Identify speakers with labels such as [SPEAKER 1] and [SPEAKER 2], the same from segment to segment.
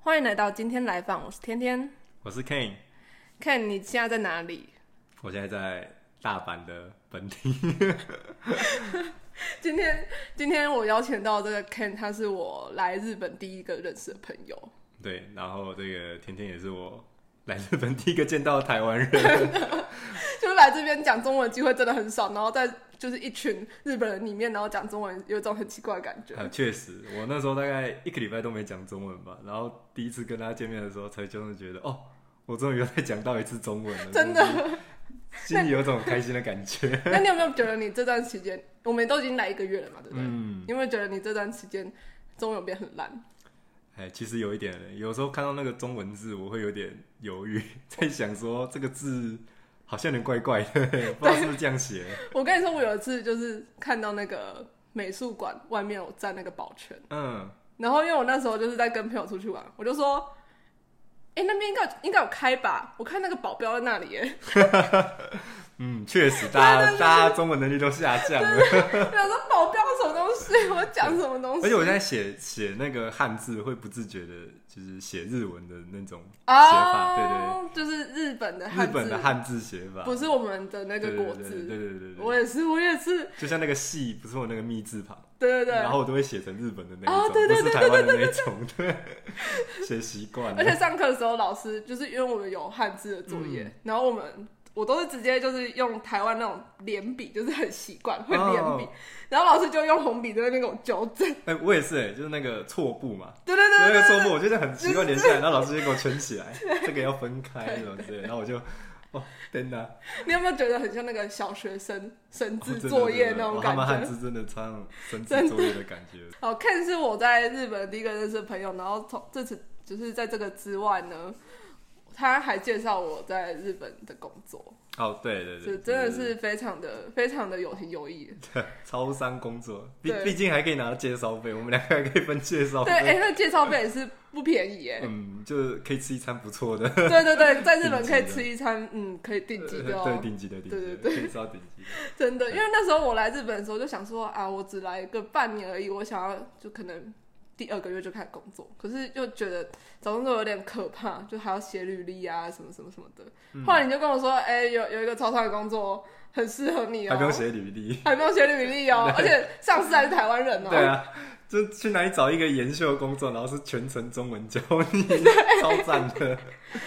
[SPEAKER 1] 欢迎来到今天来访，我是天天。
[SPEAKER 2] 我是 Ken，
[SPEAKER 1] 看你现在在哪里？
[SPEAKER 2] 我现在在大阪的本地。
[SPEAKER 1] 今天今天我邀请到这个 Ken，他是我来日本第一个认识的朋友。
[SPEAKER 2] 对，然后这个甜甜也是我来日本第一个见到的台湾人。
[SPEAKER 1] 就是来这边讲中文的机会真的很少，然后在就是一群日本人里面，然后讲中文有一种很奇怪的感觉。
[SPEAKER 2] 啊，确实，我那时候大概一个礼拜都没讲中文吧，然后第一次跟他见面的时候，才真的觉得哦，我终于又再讲到一次中文了，
[SPEAKER 1] 真的，
[SPEAKER 2] 心里有种开心的感觉。
[SPEAKER 1] 那你有没有觉得你这段期间，我们都已经来一个月了嘛，对不对？
[SPEAKER 2] 嗯，
[SPEAKER 1] 你有没有觉得你这段期间中文有变很烂？
[SPEAKER 2] 哎，其实有一点，有时候看到那个中文字，我会有点犹豫，在想说这个字好像有点怪怪的， 不知道是不是这样写。
[SPEAKER 1] 我跟你说，我有一次就是看到那个美术馆外面有站那个保全。
[SPEAKER 2] 嗯，
[SPEAKER 1] 然后因为我那时候就是在跟朋友出去玩，我就说，哎、那边应该应该有开吧？我看那个保镖在那里耶，
[SPEAKER 2] 嗯，确实，大家大家中文能力都下降了。
[SPEAKER 1] 我想说保镖什么东西？我讲什么东
[SPEAKER 2] 而
[SPEAKER 1] 西
[SPEAKER 2] 且我现在写写那个汉字，会不自觉的，就是写日文的那种写法，
[SPEAKER 1] 啊
[SPEAKER 2] 对？
[SPEAKER 1] 就是日本的
[SPEAKER 2] 对对，
[SPEAKER 1] 汉
[SPEAKER 2] 日
[SPEAKER 1] 字，
[SPEAKER 2] 本的汉字写法，
[SPEAKER 1] 不是我们的那
[SPEAKER 2] 对
[SPEAKER 1] 个
[SPEAKER 2] 对
[SPEAKER 1] 国
[SPEAKER 2] 对
[SPEAKER 1] 字。
[SPEAKER 2] 对对对对
[SPEAKER 1] 我也是，我也是，
[SPEAKER 2] 就像那个戏，不是我那个密字旁，
[SPEAKER 1] 对对对。
[SPEAKER 2] 然后我都会写成日本的那
[SPEAKER 1] 啊
[SPEAKER 2] 一
[SPEAKER 1] 对
[SPEAKER 2] 种，
[SPEAKER 1] 对
[SPEAKER 2] 不
[SPEAKER 1] 对
[SPEAKER 2] 是台湾的那一种，对，写习惯
[SPEAKER 1] 而且
[SPEAKER 2] 了，
[SPEAKER 1] 上课的时候，老师就是因为我们有汉字的作业，
[SPEAKER 2] 嗯
[SPEAKER 1] 然后我们我都是直接就是用台湾那种连笔，就是很习惯会连笔，
[SPEAKER 2] 哦
[SPEAKER 1] 然后老师就用红笔在那边给我纠正。
[SPEAKER 2] 哎，我也是，哎，就是那个错步嘛，
[SPEAKER 1] 对对对
[SPEAKER 2] 那
[SPEAKER 1] 对
[SPEAKER 2] 个
[SPEAKER 1] 对
[SPEAKER 2] 错步，我觉得很奇怪，连起来，然后老师就给我圈起 来，这个要分开什么之类的，然后我就，哦，天哪，
[SPEAKER 1] 你有没有觉得很像那个小学生生
[SPEAKER 2] 哦
[SPEAKER 1] 字
[SPEAKER 2] 真的
[SPEAKER 1] 作业
[SPEAKER 2] 真的
[SPEAKER 1] 那种
[SPEAKER 2] 哦
[SPEAKER 1] 感
[SPEAKER 2] 他们汉
[SPEAKER 1] 觉？
[SPEAKER 2] 字真的唱生
[SPEAKER 1] 真
[SPEAKER 2] 字作业的感觉，
[SPEAKER 1] 好，Ken 是我在日本第一个认识的朋友，然后从这次就是在这个之外呢，他还介绍我在日本的工作，
[SPEAKER 2] 哦，对对
[SPEAKER 1] 这
[SPEAKER 2] 对，
[SPEAKER 1] 真的
[SPEAKER 2] 就是
[SPEAKER 1] 非常的非常的有情有义。
[SPEAKER 2] 超商工作，毕
[SPEAKER 1] 对
[SPEAKER 2] 毕竟还可以拿到介绍费，我们两个还可以分介绍
[SPEAKER 1] 对，哎、
[SPEAKER 2] 费。
[SPEAKER 1] 那介绍费也是不便宜哎、
[SPEAKER 2] 哦嗯，就是可以吃一餐不错的，
[SPEAKER 1] 对对对，在日本可以
[SPEAKER 2] 顶级的呃
[SPEAKER 1] 吃一餐，嗯，可以顶级的哦、
[SPEAKER 2] 对顶级的顶级
[SPEAKER 1] 对
[SPEAKER 2] 的，
[SPEAKER 1] 对
[SPEAKER 2] 可以吃到顶级的。
[SPEAKER 1] 真的，因为那时候我来日本的时候就想说啊，我只来个半年而已，我想要就可能第二个月就开始工作，可是就觉得找工作有点可怕，就还要写履历啊，什么什么什么的。
[SPEAKER 2] 嗯
[SPEAKER 1] 后来你就跟我说，哎、有有一个超商的工作很适合你哦、
[SPEAKER 2] 还不用写履历。
[SPEAKER 1] 还不用写履历哦、而且上司还是台湾人哦、
[SPEAKER 2] 对啊，就去哪里找一个研修工作，然后是全程中文教 你，超赞的。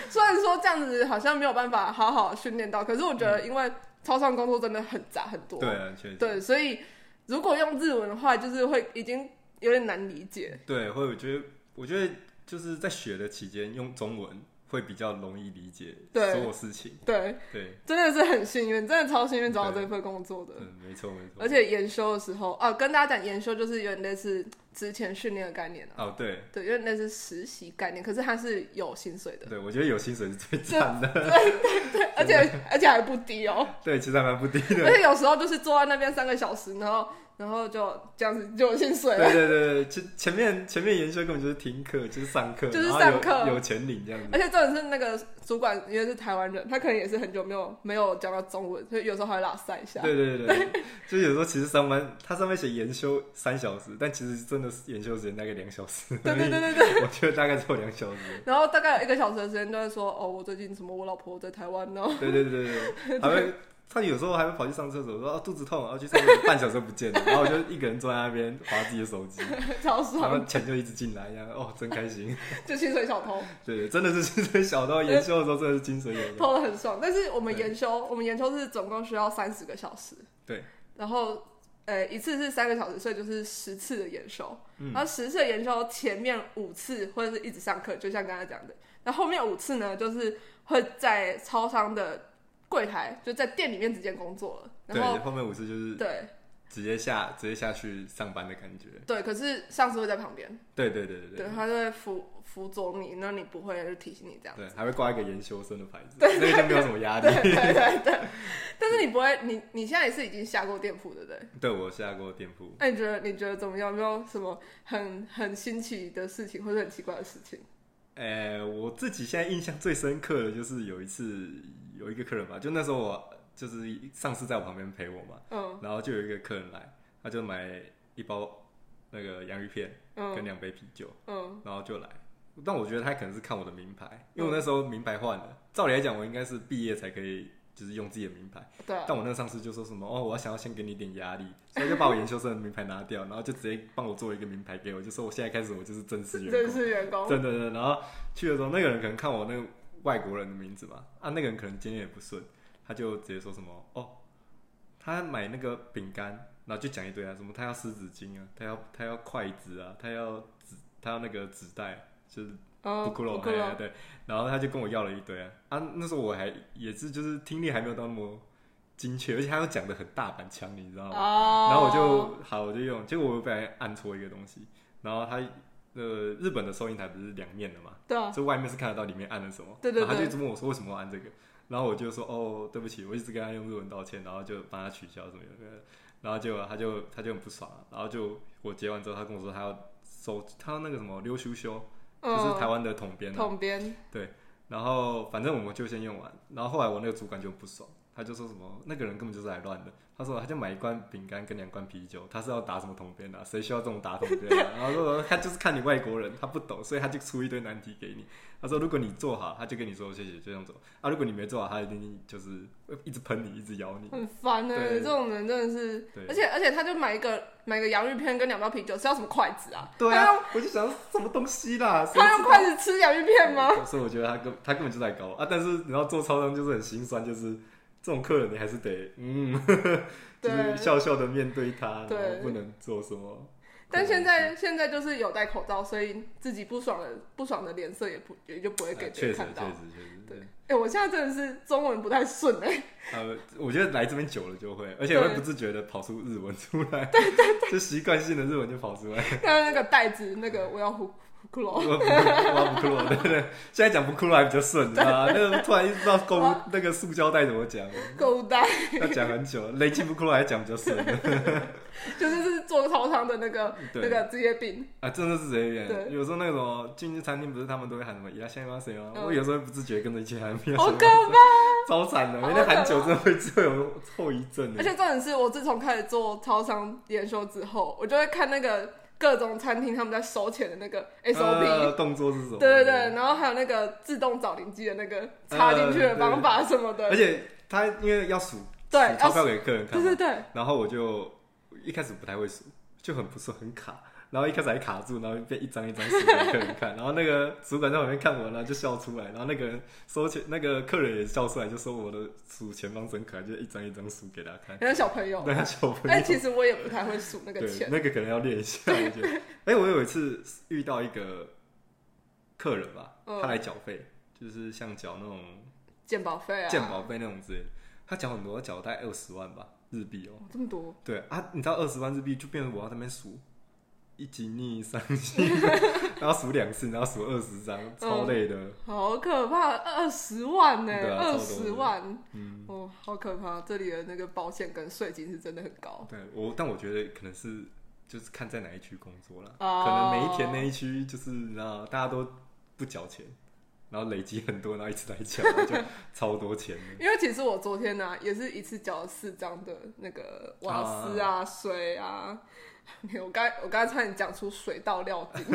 [SPEAKER 1] 虽然说这样子好像没有办法好好训练到，可是我觉得因为超商工作真的很杂很多，
[SPEAKER 2] 嗯对啊，确实。
[SPEAKER 1] 对，所以如果用日文的话，就是会已经有点难理解。
[SPEAKER 2] 对，会我觉得，我觉得就是在学的期间用中文会比较容易理解
[SPEAKER 1] 对
[SPEAKER 2] 所有事情。
[SPEAKER 1] 对，
[SPEAKER 2] 对，
[SPEAKER 1] 真的是很幸运，真的超幸运找到这份工作的。
[SPEAKER 2] 嗯，没错没错。
[SPEAKER 1] 而且研修的时候，啊，跟大家讲，研修就是有点类似之前训练的概念啊，
[SPEAKER 2] 哦，对
[SPEAKER 1] 对，有点类似实习概念，可是它是有薪水的，
[SPEAKER 2] 对，我觉得有薪水是最赞的。
[SPEAKER 1] 对，而且而且还不低哦、
[SPEAKER 2] 对，其实还蛮不低的。
[SPEAKER 1] 而且有时候就是坐在那边三个小时，然后然后就这样子就有薪水了，
[SPEAKER 2] 对对对，前前面前面研修根本就是听课，就是上课，
[SPEAKER 1] 就是
[SPEAKER 2] 然后
[SPEAKER 1] 上
[SPEAKER 2] 有
[SPEAKER 1] 课
[SPEAKER 2] 有钱领这样子。
[SPEAKER 1] 而且重点是那个主管因为是台湾人，他可能也是很久没有没有讲到中文，所以有时候还会拉塞一下，
[SPEAKER 2] 对对 对对，就是有时候其实上班，他上面写研修三小时，但其实真的是研修时间大概两小时。
[SPEAKER 1] 对对对对
[SPEAKER 2] 对， 我觉得大概只有两小时。
[SPEAKER 1] 然后大概有一个小时的时间都在说，哦，我最近什么，我老婆在台湾呢，
[SPEAKER 2] 对对对对，对还会他有时候还会跑去上厕所，说、啊、肚子痛，然后去上厕所，半小时不见了，然后我就一个人坐在那边划自己 的手机，
[SPEAKER 1] 超
[SPEAKER 2] 然
[SPEAKER 1] 爽
[SPEAKER 2] 后，钱就一直进来，这样哦，真开心。
[SPEAKER 1] 就薪水小偷，
[SPEAKER 2] 对对，真的是 薪水小到研修的时候真的是精神有道。
[SPEAKER 1] 偷的很爽。但是我们
[SPEAKER 2] 对
[SPEAKER 1] 研修，我们研修是总共需要三十个小时，
[SPEAKER 2] 对，
[SPEAKER 1] 然后呃一次是三个小时，所以就是十次的研修。
[SPEAKER 2] 嗯
[SPEAKER 1] 然后十次的研修前面五次或者是一直上课，就像刚才讲的，然后后面五次呢，就是会在超商的柜台，就在店里面直接工作了。
[SPEAKER 2] 对，
[SPEAKER 1] 然后
[SPEAKER 2] 后面五次就是
[SPEAKER 1] 对
[SPEAKER 2] 直接下直接下去上班的感觉。
[SPEAKER 1] 对，可是上司会在旁边，
[SPEAKER 2] 对对对对
[SPEAKER 1] 对，他就会辅辅佐你，那你不会就提醒你这样。
[SPEAKER 2] 对，还会挂一个研修生的牌子，那个就没有什么压力
[SPEAKER 1] 对。对对 对，但是你不会，你你现在也是已经下过店铺，对不对？
[SPEAKER 2] 对我下过店铺，
[SPEAKER 1] 那你觉得你觉得怎么样？有没有什么很很新奇的事情，或者很奇怪的事情？
[SPEAKER 2] 呃、我自己现在印象最深刻的就是有一次有一个客人吧，就那时候我就是上司在我旁边陪我嘛，
[SPEAKER 1] 嗯
[SPEAKER 2] 然后就有一个客人来，他就买一包那个洋芋片
[SPEAKER 1] 嗯
[SPEAKER 2] 跟两杯啤酒，
[SPEAKER 1] 嗯，
[SPEAKER 2] 然后就来，但我觉得他可能是看我的名牌，因为我那时候名牌换了。照理来讲，我应该是毕业才可以，就是用自己的名牌。
[SPEAKER 1] 对啊，
[SPEAKER 2] 但我那个上司就说什么哦，我要想要先给你一点压力，所以就把我研究生的名牌拿掉，然后就直接帮我做一个名牌给我，就说我现在开始我就是正式员
[SPEAKER 1] 正
[SPEAKER 2] 工。
[SPEAKER 1] 式员工，
[SPEAKER 2] 真的真的。然后去的时候，那个人可能看我那个外国人的名字嘛，啊，那个人可能今天也不顺，他就直接说什么哦，他买那个饼干，然后就讲一堆啊，什么他要湿纸巾啊，他要他要筷子啊，他要纸，他要那个纸袋，就是
[SPEAKER 1] 嗯，
[SPEAKER 2] 哦不哎骷髅，
[SPEAKER 1] 不
[SPEAKER 2] 对对，然后他就跟我要了一堆啊，啊，那时候我还也是就是听力还没有到那么精确，而且他又讲的很大阪腔，你知道吗？
[SPEAKER 1] 哦，
[SPEAKER 2] 嗯然后我就好，我就用，结果我本来按错一个东西，然后他呃日本的收银台不是两面的嘛，
[SPEAKER 1] 对啊，
[SPEAKER 2] 就外面是看得到里面按了什么，
[SPEAKER 1] 对对
[SPEAKER 2] 然后他就
[SPEAKER 1] 对
[SPEAKER 2] 一直问我说为什么我按这个，然后我就说哦对不起，我一直跟他用日文道歉，然后就帮他取消什么的，然后结果他就他就很不爽啊，然后就我结完之后，他跟我说他要收他要那个什么溜修修，就是台
[SPEAKER 1] 嗯，
[SPEAKER 2] 湾的统编啊、
[SPEAKER 1] 统编，
[SPEAKER 2] 然后反正我们就先用完，然后后来我那个主管就不爽，他就说什么那个人根本就是来乱的，他说他就买一罐饼干跟两罐啤酒，他是要打什么统编的、啊，谁需要这种打统编的、啊然后说他就是看你外国人，他不懂，所以他就出一堆难题给你。他说如果你做好，他就跟你说谢谢，就这样走啊；如果你没做好，他一定就是一直喷你，一直咬你。
[SPEAKER 1] 很烦的、
[SPEAKER 2] 对
[SPEAKER 1] 这种人真的是，
[SPEAKER 2] 对
[SPEAKER 1] 而且而且他就买一个买个洋芋片跟两包啤酒，是要什么筷子啊？
[SPEAKER 2] 对
[SPEAKER 1] 他
[SPEAKER 2] 啊
[SPEAKER 1] 用，
[SPEAKER 2] 我就想什么东西啦，谁
[SPEAKER 1] 他用
[SPEAKER 2] 知道
[SPEAKER 1] 筷子吃洋芋片吗？
[SPEAKER 2] 哦所以我觉得他根他根本就在搞我啊！但是你要做超商就是很心酸，就是这种客人你还是得嗯， 就是
[SPEAKER 1] 对
[SPEAKER 2] 笑笑的面对他，然
[SPEAKER 1] 对
[SPEAKER 2] 后不能做什么。
[SPEAKER 1] 但现在现在就是有戴口罩，所以自己不爽的不爽的脸色也不也就不会
[SPEAKER 2] 啊
[SPEAKER 1] 给别
[SPEAKER 2] 确
[SPEAKER 1] 人
[SPEAKER 2] 实确
[SPEAKER 1] 看
[SPEAKER 2] 实
[SPEAKER 1] 到。
[SPEAKER 2] 确
[SPEAKER 1] 对
[SPEAKER 2] 实，
[SPEAKER 1] 哎、我现在真的是中文不太顺哎、
[SPEAKER 2] 呃，我觉得来这边久了就会，而且会
[SPEAKER 1] 对
[SPEAKER 2] 不自觉的跑出日文出来，对对对，就习惯性的日文就跑出来。
[SPEAKER 1] 但是那个袋子那个我要胡骷
[SPEAKER 2] 我
[SPEAKER 1] 髅，
[SPEAKER 2] 不我不酷了，对对对，现在讲不酷了还比较顺，你知道吗？那个突然不知道购
[SPEAKER 1] 哦
[SPEAKER 2] 物那个塑胶袋怎么讲，
[SPEAKER 1] 购物袋
[SPEAKER 2] 要讲很久，累积不酷了还讲比较顺。
[SPEAKER 1] 就是是做超商的那个
[SPEAKER 2] 对
[SPEAKER 1] 那个职业病，
[SPEAKER 2] 啊，真的是随便。
[SPEAKER 1] 对
[SPEAKER 2] 有时候那种进去餐厅，不是他们都会喊什么“伊拉香吗？谁吗？”
[SPEAKER 1] 嗯
[SPEAKER 2] 我有时候会不自觉跟着一起喊“伊拉
[SPEAKER 1] 好
[SPEAKER 2] 香
[SPEAKER 1] 可怕！
[SPEAKER 2] 超惨的，
[SPEAKER 1] 好
[SPEAKER 2] 每天喊久真的会会有后遗症
[SPEAKER 1] 而
[SPEAKER 2] 的。
[SPEAKER 1] 且重点是我自从开始做超商研修之后，我就会看那个各种餐厅他们在收钱的那个 SOP，、
[SPEAKER 2] 呃动作是什么？
[SPEAKER 1] 对对对，。然后还有那个自动找零机的那个插进去的方法什么的，
[SPEAKER 2] 呃而且他因为要数
[SPEAKER 1] 对
[SPEAKER 2] 数钞
[SPEAKER 1] 要
[SPEAKER 2] 票给客人看
[SPEAKER 1] 对
[SPEAKER 2] 嘛
[SPEAKER 1] 对，对，
[SPEAKER 2] 然后我就一开始不太会数，就很不是很卡。然后一开始还卡住，然后被一张一张数给客人 看，然后那个主管在旁边看我，然后就笑出来，然后那个人收钱，那个客人也笑出来，就说我的数钱方真可爱，就一张一张数给他看。
[SPEAKER 1] 很像小朋友。哎
[SPEAKER 2] 对啊，小朋友。
[SPEAKER 1] 但其实我也不太会数那个
[SPEAKER 2] 对，
[SPEAKER 1] 钱，
[SPEAKER 2] 那个可能要练一下。我觉得， 哎、我有一次遇到一个客人吧，
[SPEAKER 1] 嗯
[SPEAKER 2] 他来缴费，就是像缴那种
[SPEAKER 1] 鉴宝费啊，
[SPEAKER 2] 鉴保费那种之类的，他缴很多，他缴大概二十万吧日币哦、
[SPEAKER 1] 哦这么多，
[SPEAKER 2] 对啊，你知道二十万日币就变成我要在那边数。一级逆三级， 然后数两次，然后数二十张，
[SPEAKER 1] 嗯
[SPEAKER 2] 超累的。
[SPEAKER 1] 好可怕，二十万呢、
[SPEAKER 2] 对啊
[SPEAKER 1] 二
[SPEAKER 2] 超多
[SPEAKER 1] 十、
[SPEAKER 2] 的
[SPEAKER 1] 万，
[SPEAKER 2] 嗯，
[SPEAKER 1] 哦，好可怕！这里的那个保险跟税金是真的很高，
[SPEAKER 2] 对我，但我觉得可能是就是看在哪一区工作啦，
[SPEAKER 1] 哦
[SPEAKER 2] 可能每一天那一区就是你知道大家都不缴钱，然后累积很多，然后一直来缴，然后就超多钱 的。
[SPEAKER 1] 因为其实我昨天呢、也是一次缴了四张的那个瓦斯啊、水啊。 没有我刚我刚才差点讲出水到料 金，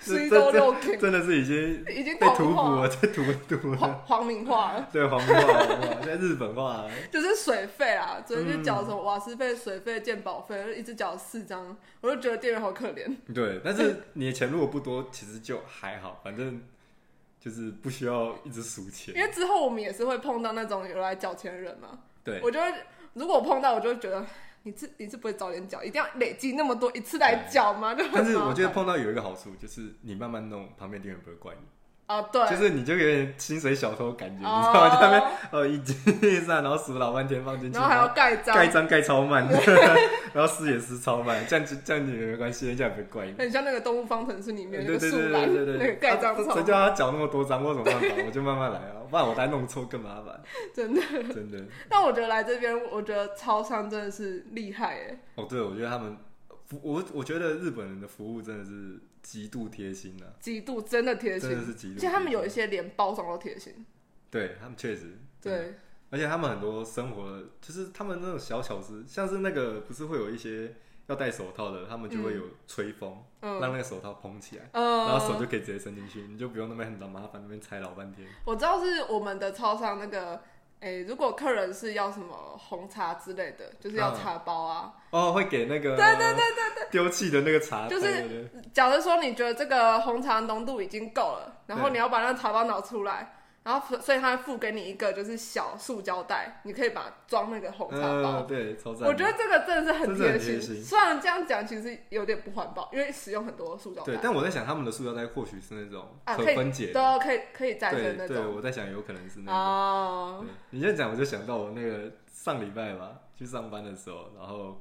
[SPEAKER 1] 水到料金
[SPEAKER 2] 真的是已经
[SPEAKER 1] 已经
[SPEAKER 2] 被
[SPEAKER 1] 同
[SPEAKER 2] 屠
[SPEAKER 1] 化
[SPEAKER 2] 捕了，被屠屠了。
[SPEAKER 1] 黄黄明化了，
[SPEAKER 2] 对，黄化黄化，现在日本化了。
[SPEAKER 1] 就是水费啊，昨天就缴什么瓦斯费、水费、鉴保费，就一直缴四张，我就觉得店员好可怜。
[SPEAKER 2] 对，但是你的钱如果不多，其实就还好，反正就是不需要一直数
[SPEAKER 1] 因
[SPEAKER 2] 钱。
[SPEAKER 1] 为之后我们也是会碰到那种有来缴钱的人嘛，
[SPEAKER 2] 对，
[SPEAKER 1] 我就会如果我碰到，我就会觉得你是你是不会早点缴，一定要累积那么多一次来缴吗？就很
[SPEAKER 2] 但是
[SPEAKER 1] 麻
[SPEAKER 2] 我觉得
[SPEAKER 1] 烦
[SPEAKER 2] 碰到有一个好处，就是你慢慢弄，旁边店员不会怪你。
[SPEAKER 1] 啊，对，
[SPEAKER 2] 就是你就有点薪水小偷的感觉，你知
[SPEAKER 1] 哦
[SPEAKER 2] 道吗？就在那边呃一斤一上，然后数老半天放进去，
[SPEAKER 1] 然后还要盖章，
[SPEAKER 2] 盖章盖超慢，然后撕也撕超慢，这样就这样也没关系，人家也不会怪你。
[SPEAKER 1] 很像那个《动物方程式》里
[SPEAKER 2] 对
[SPEAKER 1] 面那
[SPEAKER 2] 对
[SPEAKER 1] 个
[SPEAKER 2] 对
[SPEAKER 1] 树
[SPEAKER 2] 对
[SPEAKER 1] 懒
[SPEAKER 2] 对对
[SPEAKER 1] 那个
[SPEAKER 2] 对，
[SPEAKER 1] 盖章
[SPEAKER 2] 啊谁
[SPEAKER 1] 虫，
[SPEAKER 2] 叫他缴那么多章，我有什么办法？我就慢慢来啊，不然我再弄错更麻烦。
[SPEAKER 1] 真的。
[SPEAKER 2] 真的，
[SPEAKER 1] 但我觉得来这边，我觉得超商真的是厉害哎，
[SPEAKER 2] 哦，对，我觉得他们服，我我觉得日本人的服务真的是极度贴心啊，
[SPEAKER 1] 极度真的贴
[SPEAKER 2] 真的是
[SPEAKER 1] 心，
[SPEAKER 2] 极度贴
[SPEAKER 1] 而
[SPEAKER 2] 心。
[SPEAKER 1] 且他们有一些连包装都贴心，
[SPEAKER 2] 对他们确实
[SPEAKER 1] 对。
[SPEAKER 2] 而且他们很多生活，就是他们那种小巧思，像是那个不是会有一些要戴手套的，他们就会有吹风，
[SPEAKER 1] 嗯
[SPEAKER 2] 让那个手套蓬起来，
[SPEAKER 1] 嗯，
[SPEAKER 2] 然后手就可以直接伸进去，你就不用那边很麻烦那边拆老半天。
[SPEAKER 1] 我知道是我们的超商那个，诶、如果客人是要什么红茶之类的，就是
[SPEAKER 2] 嗯
[SPEAKER 1] 要茶包啊。
[SPEAKER 2] 哦，会给那个对对对对丢弃的那个茶，
[SPEAKER 1] 就是
[SPEAKER 2] 对对对
[SPEAKER 1] 假如说你觉得这个红茶浓度已经够了，然后
[SPEAKER 2] 对
[SPEAKER 1] 你要把那个茶包拿出来，然后所以他会付给你一个就是小塑胶袋，你可以把装那个红茶
[SPEAKER 2] 嗯，
[SPEAKER 1] 包。
[SPEAKER 2] 对，超赞的。
[SPEAKER 1] 我觉得这个真的是很
[SPEAKER 2] 真的
[SPEAKER 1] 贴
[SPEAKER 2] 很
[SPEAKER 1] 心，
[SPEAKER 2] 贴心
[SPEAKER 1] 虽然这样讲其实有点不环保，因为使用很多塑胶
[SPEAKER 2] 对
[SPEAKER 1] 袋，，
[SPEAKER 2] 但我在想他们的塑料袋或许是那种
[SPEAKER 1] 啊
[SPEAKER 2] 可
[SPEAKER 1] 可以
[SPEAKER 2] 分解的，
[SPEAKER 1] 都可以可以再生那
[SPEAKER 2] 对对，
[SPEAKER 1] 种
[SPEAKER 2] 我在想有可能是那种。
[SPEAKER 1] 哦
[SPEAKER 2] 对，你这样讲，我就想到我那个上礼拜吧，去上班的时候，然后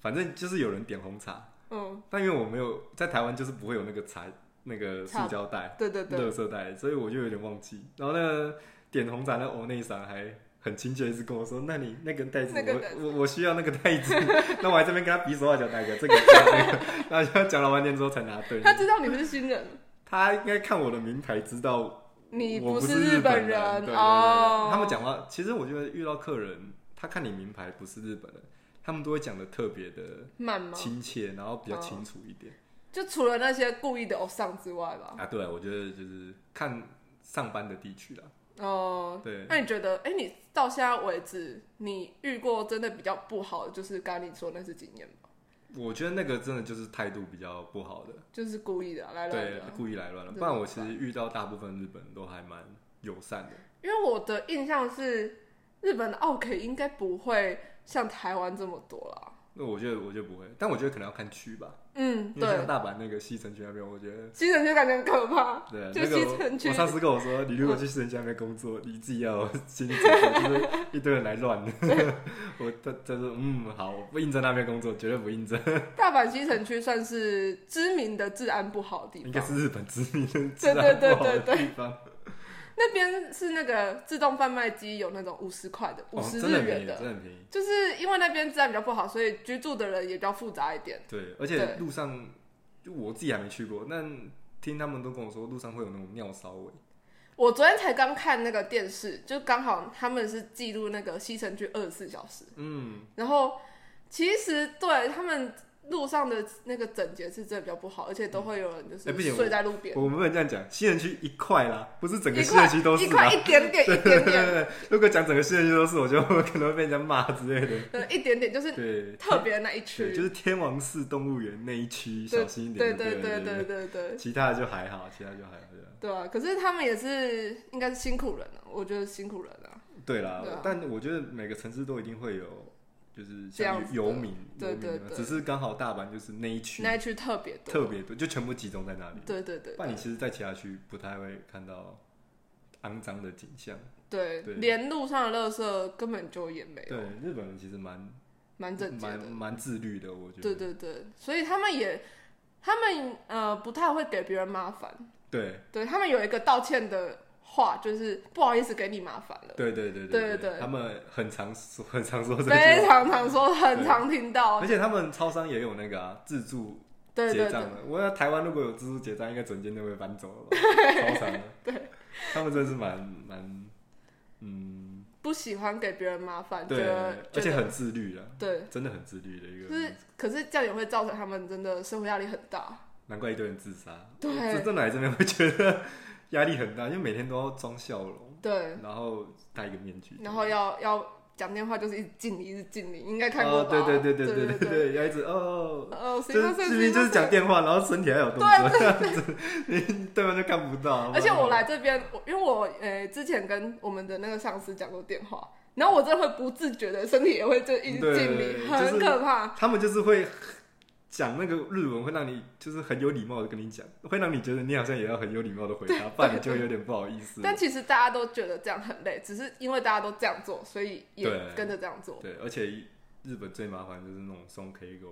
[SPEAKER 2] 反正就是有人点红茶，
[SPEAKER 1] 嗯，
[SPEAKER 2] 但因为我没有在台湾，就是不会有那个茶那个塑胶袋、
[SPEAKER 1] 对对对，
[SPEAKER 2] 垃圾袋，所以我就有点忘记。然后那个点红茶那欧内桑还很亲切，一直跟我说：“那你那根袋子，
[SPEAKER 1] 那个袋
[SPEAKER 2] 我我我需要那个袋 子。”那我还这边跟他比手画脚，哪个这个那个，然后就讲了半天之后才拿对。
[SPEAKER 1] 他知道你不是新人，
[SPEAKER 2] 他应该看我的名牌知道
[SPEAKER 1] 你
[SPEAKER 2] 我
[SPEAKER 1] 不
[SPEAKER 2] 不
[SPEAKER 1] 是
[SPEAKER 2] 日
[SPEAKER 1] 本
[SPEAKER 2] 人对对对对
[SPEAKER 1] 哦。
[SPEAKER 2] 他们讲话，其实我觉得遇到客人，他看你名牌不是日本人，他们都会讲的特别的
[SPEAKER 1] 慢吗？
[SPEAKER 2] 亲切，然后比较清楚一点。
[SPEAKER 1] 就除了那些故意的偶像之外吧。
[SPEAKER 2] 啊，对，我觉得就是看上班的地区啦。
[SPEAKER 1] 哦、
[SPEAKER 2] 对，
[SPEAKER 1] 那你觉得，哎、你到现在为止，你遇过真的比较不好的，就是刚刚你说那次经验吗？
[SPEAKER 2] 我觉得那个真的就是态度比较不好的，
[SPEAKER 1] 就是故意的啊、来来
[SPEAKER 2] 对
[SPEAKER 1] 的啊。，
[SPEAKER 2] 故意来乱了。
[SPEAKER 1] 对
[SPEAKER 2] 不然我其实遇到大部分日本人都还蛮友善的。
[SPEAKER 1] 因为我的印象是，日本的奥 K 应该不会像台湾这么多啦。
[SPEAKER 2] 那我觉得我就不会，但我觉得可能要看区吧，
[SPEAKER 1] 嗯，
[SPEAKER 2] 因为像
[SPEAKER 1] 对，
[SPEAKER 2] 大阪那个西城区那边，我觉得。
[SPEAKER 1] 西城区感觉很可怕。
[SPEAKER 2] 对，
[SPEAKER 1] 就
[SPEAKER 2] 那个
[SPEAKER 1] 西
[SPEAKER 2] 我
[SPEAKER 1] 城区
[SPEAKER 2] 我上次跟我说，你如果去西城区那边工作，你自己要有心理准备， 就是一堆人来乱的。 我他他说嗯好，我不应征那边工作，绝对不应征，
[SPEAKER 1] 大阪西城区算是知名的治安不好的地
[SPEAKER 2] 应该
[SPEAKER 1] 方，
[SPEAKER 2] 是日本知名的治
[SPEAKER 1] 对对
[SPEAKER 2] 安
[SPEAKER 1] 对
[SPEAKER 2] 不好的
[SPEAKER 1] 对
[SPEAKER 2] 地方。
[SPEAKER 1] 那边是那个自动贩卖机有那种五十块的、五
[SPEAKER 2] 哦，
[SPEAKER 1] 十
[SPEAKER 2] 真的
[SPEAKER 1] 日
[SPEAKER 2] 很便
[SPEAKER 1] 元
[SPEAKER 2] 宜，
[SPEAKER 1] 的，
[SPEAKER 2] 真的很便宜。
[SPEAKER 1] 就是因为那边治安比较不好，所以居住的人也比较复杂一点。
[SPEAKER 2] 对，而且路上就我自己还没去过，但听他们都跟我说，路上会有那种尿骚味。
[SPEAKER 1] 我昨天才刚看那个电视，就刚好他们是记录那个西城区二十四小时，
[SPEAKER 2] 嗯，
[SPEAKER 1] 然后其实对他们路上的那个整洁是真的比较不好，而且都会有人就
[SPEAKER 2] 哎不行
[SPEAKER 1] 是睡在路边，
[SPEAKER 2] 我们不能这样讲，西人区一块啦，不是整个
[SPEAKER 1] 一
[SPEAKER 2] 西人
[SPEAKER 1] 块
[SPEAKER 2] 区都
[SPEAKER 1] 一
[SPEAKER 2] 是
[SPEAKER 1] 块
[SPEAKER 2] 啦。
[SPEAKER 1] 一点点一点 点，
[SPEAKER 2] 对，如果讲整个西人区都是，我就 可能会被人家骂之类的。
[SPEAKER 1] 对，一点点就是
[SPEAKER 2] 对，
[SPEAKER 1] 特别那一
[SPEAKER 2] 对，
[SPEAKER 1] 区，
[SPEAKER 2] 就是天王寺动物园那一区，小心一
[SPEAKER 1] 对
[SPEAKER 2] 点就
[SPEAKER 1] 对对
[SPEAKER 2] 了。
[SPEAKER 1] 对
[SPEAKER 2] 对
[SPEAKER 1] 对对。
[SPEAKER 2] 其他的就还好，其他就还好。对啊
[SPEAKER 1] 对啊，可是他们也是应该是辛苦人啊，我觉得辛苦人啊。
[SPEAKER 2] 对啦，
[SPEAKER 1] 对啊
[SPEAKER 2] 但我觉得每个城市都一定会有，就是
[SPEAKER 1] 这样
[SPEAKER 2] 像
[SPEAKER 1] 子的
[SPEAKER 2] 游民，
[SPEAKER 1] 对
[SPEAKER 2] 游民
[SPEAKER 1] 对
[SPEAKER 2] 嘛
[SPEAKER 1] 对
[SPEAKER 2] 只是刚好大阪就是那一区
[SPEAKER 1] 那一区特别多，
[SPEAKER 2] 特别多，就全部集中在那里。
[SPEAKER 1] 对对对
[SPEAKER 2] 不然你其实，在其他区不太会看到肮脏的景象。
[SPEAKER 1] 对，
[SPEAKER 2] 对
[SPEAKER 1] 连路上的垃圾根本就也没
[SPEAKER 2] 对
[SPEAKER 1] 有，，
[SPEAKER 2] 日本人其实蛮
[SPEAKER 1] 蛮整洁
[SPEAKER 2] 蛮
[SPEAKER 1] 的。
[SPEAKER 2] 蛮自律的，我觉
[SPEAKER 1] 对
[SPEAKER 2] 得。
[SPEAKER 1] 对对，所以他们也，他们呃不太会给别人麻烦，
[SPEAKER 2] 对
[SPEAKER 1] 对他们有一个道歉的话，就是不好意思给你麻烦 了，
[SPEAKER 2] 对对对
[SPEAKER 1] 对对
[SPEAKER 2] 对，他们很常说很常说这
[SPEAKER 1] 非
[SPEAKER 2] 些，
[SPEAKER 1] 常常说，很常听到
[SPEAKER 2] 而，且他们超商也有那个啊自助
[SPEAKER 1] 对
[SPEAKER 2] 结
[SPEAKER 1] 对
[SPEAKER 2] 账
[SPEAKER 1] 对，
[SPEAKER 2] 的。我在台湾如果有自助结账，应该整间都被搬走 了吧？超常的。对，他们真是蛮蛮嗯，
[SPEAKER 1] 不喜欢给别人麻烦，觉
[SPEAKER 2] 对，
[SPEAKER 1] 得
[SPEAKER 2] 而且很自律啊，
[SPEAKER 1] 对，
[SPEAKER 2] 真的很自律的一个
[SPEAKER 1] 就
[SPEAKER 2] 民
[SPEAKER 1] 是
[SPEAKER 2] 族。
[SPEAKER 1] 可是这样也会造成他们真的生活压力很大，
[SPEAKER 2] 难怪一堆人自杀。
[SPEAKER 1] 对
[SPEAKER 2] 这这来这边会觉得压力很大，因为每天都要装笑容，
[SPEAKER 1] 对，
[SPEAKER 2] 然后戴一个面具，
[SPEAKER 1] 然后要要讲电话就是一直敬你，一直敬你，应该看过
[SPEAKER 2] 哦，
[SPEAKER 1] 吧？
[SPEAKER 2] 对对对
[SPEAKER 1] 对
[SPEAKER 2] 对
[SPEAKER 1] 对
[SPEAKER 2] 对对，要一直哦，
[SPEAKER 1] 哦，
[SPEAKER 2] 就
[SPEAKER 1] 行
[SPEAKER 2] 是
[SPEAKER 1] 吧，
[SPEAKER 2] 视频就是讲电话，然后身体还有动作，这样子， 对方就看不到。
[SPEAKER 1] 而且我来这边，我因为我呃之前跟我们的那个上司讲过电话，然后我真的会不自觉的身体也会就一直
[SPEAKER 2] 对
[SPEAKER 1] 敬
[SPEAKER 2] 对
[SPEAKER 1] 礼，
[SPEAKER 2] 对
[SPEAKER 1] 很
[SPEAKER 2] 就是
[SPEAKER 1] 可怕。
[SPEAKER 2] 他们就是会讲那个日文，会让你就是很有礼貌的跟你讲，会让你觉得你好像也要很有礼貌的回答，不然你就会有点不好意思。
[SPEAKER 1] 但其实大家都觉得这样很累，只是因为大家都这样做，所以也
[SPEAKER 2] 对
[SPEAKER 1] 跟着这样做。
[SPEAKER 2] 对，而且日本最麻烦就是那种送 K 歌，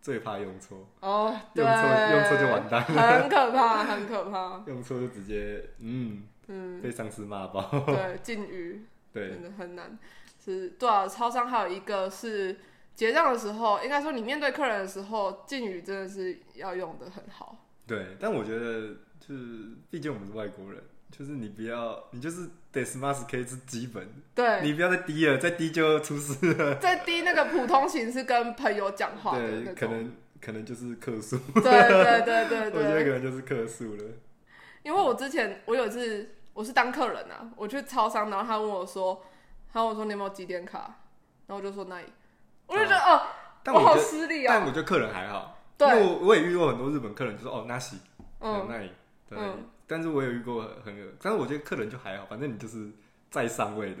[SPEAKER 2] 最怕用错，
[SPEAKER 1] 哦，对，
[SPEAKER 2] 用错用错就完蛋，
[SPEAKER 1] 很可怕，很可怕。
[SPEAKER 2] 用错就直接嗯
[SPEAKER 1] 嗯，
[SPEAKER 2] 被上司骂爆。
[SPEAKER 1] 对，禁语
[SPEAKER 2] 对
[SPEAKER 1] 真的很难。是，对啊，超商还有一个是结账的时候，应该说你面对客人的时候，敬语真的是要用的很好。
[SPEAKER 2] 对，但我觉得就是，毕竟我们是外国人，就是你不要，你就是 desmas k 是基本，
[SPEAKER 1] 对，
[SPEAKER 2] 你不要再低了，再低就出事了。
[SPEAKER 1] 最低那个普通型是跟朋友讲话的
[SPEAKER 2] 对，
[SPEAKER 1] 那
[SPEAKER 2] 可
[SPEAKER 1] 种，
[SPEAKER 2] 能可能就是克数，
[SPEAKER 1] 对对对对
[SPEAKER 2] 我觉
[SPEAKER 1] 对
[SPEAKER 2] 得可能就是克数了。
[SPEAKER 1] 因为我之前我有一次我是当客人啊，我去超商，然后他问我说，他问我说你有没有几点卡，然后我就说那里，我就觉得哦，
[SPEAKER 2] 啊但
[SPEAKER 1] 我
[SPEAKER 2] 我
[SPEAKER 1] 好
[SPEAKER 2] 觉得，
[SPEAKER 1] 失礼
[SPEAKER 2] 但
[SPEAKER 1] 啊，
[SPEAKER 2] 我觉得客人还好，
[SPEAKER 1] 对
[SPEAKER 2] 因为我我也遇过很多日本客人，就说哦那西，嗯，
[SPEAKER 1] 嗯，
[SPEAKER 2] 那里，对
[SPEAKER 1] 嗯，
[SPEAKER 2] 但是我也遇过很有，但是我觉得客人就还好，反正你就是在上位的，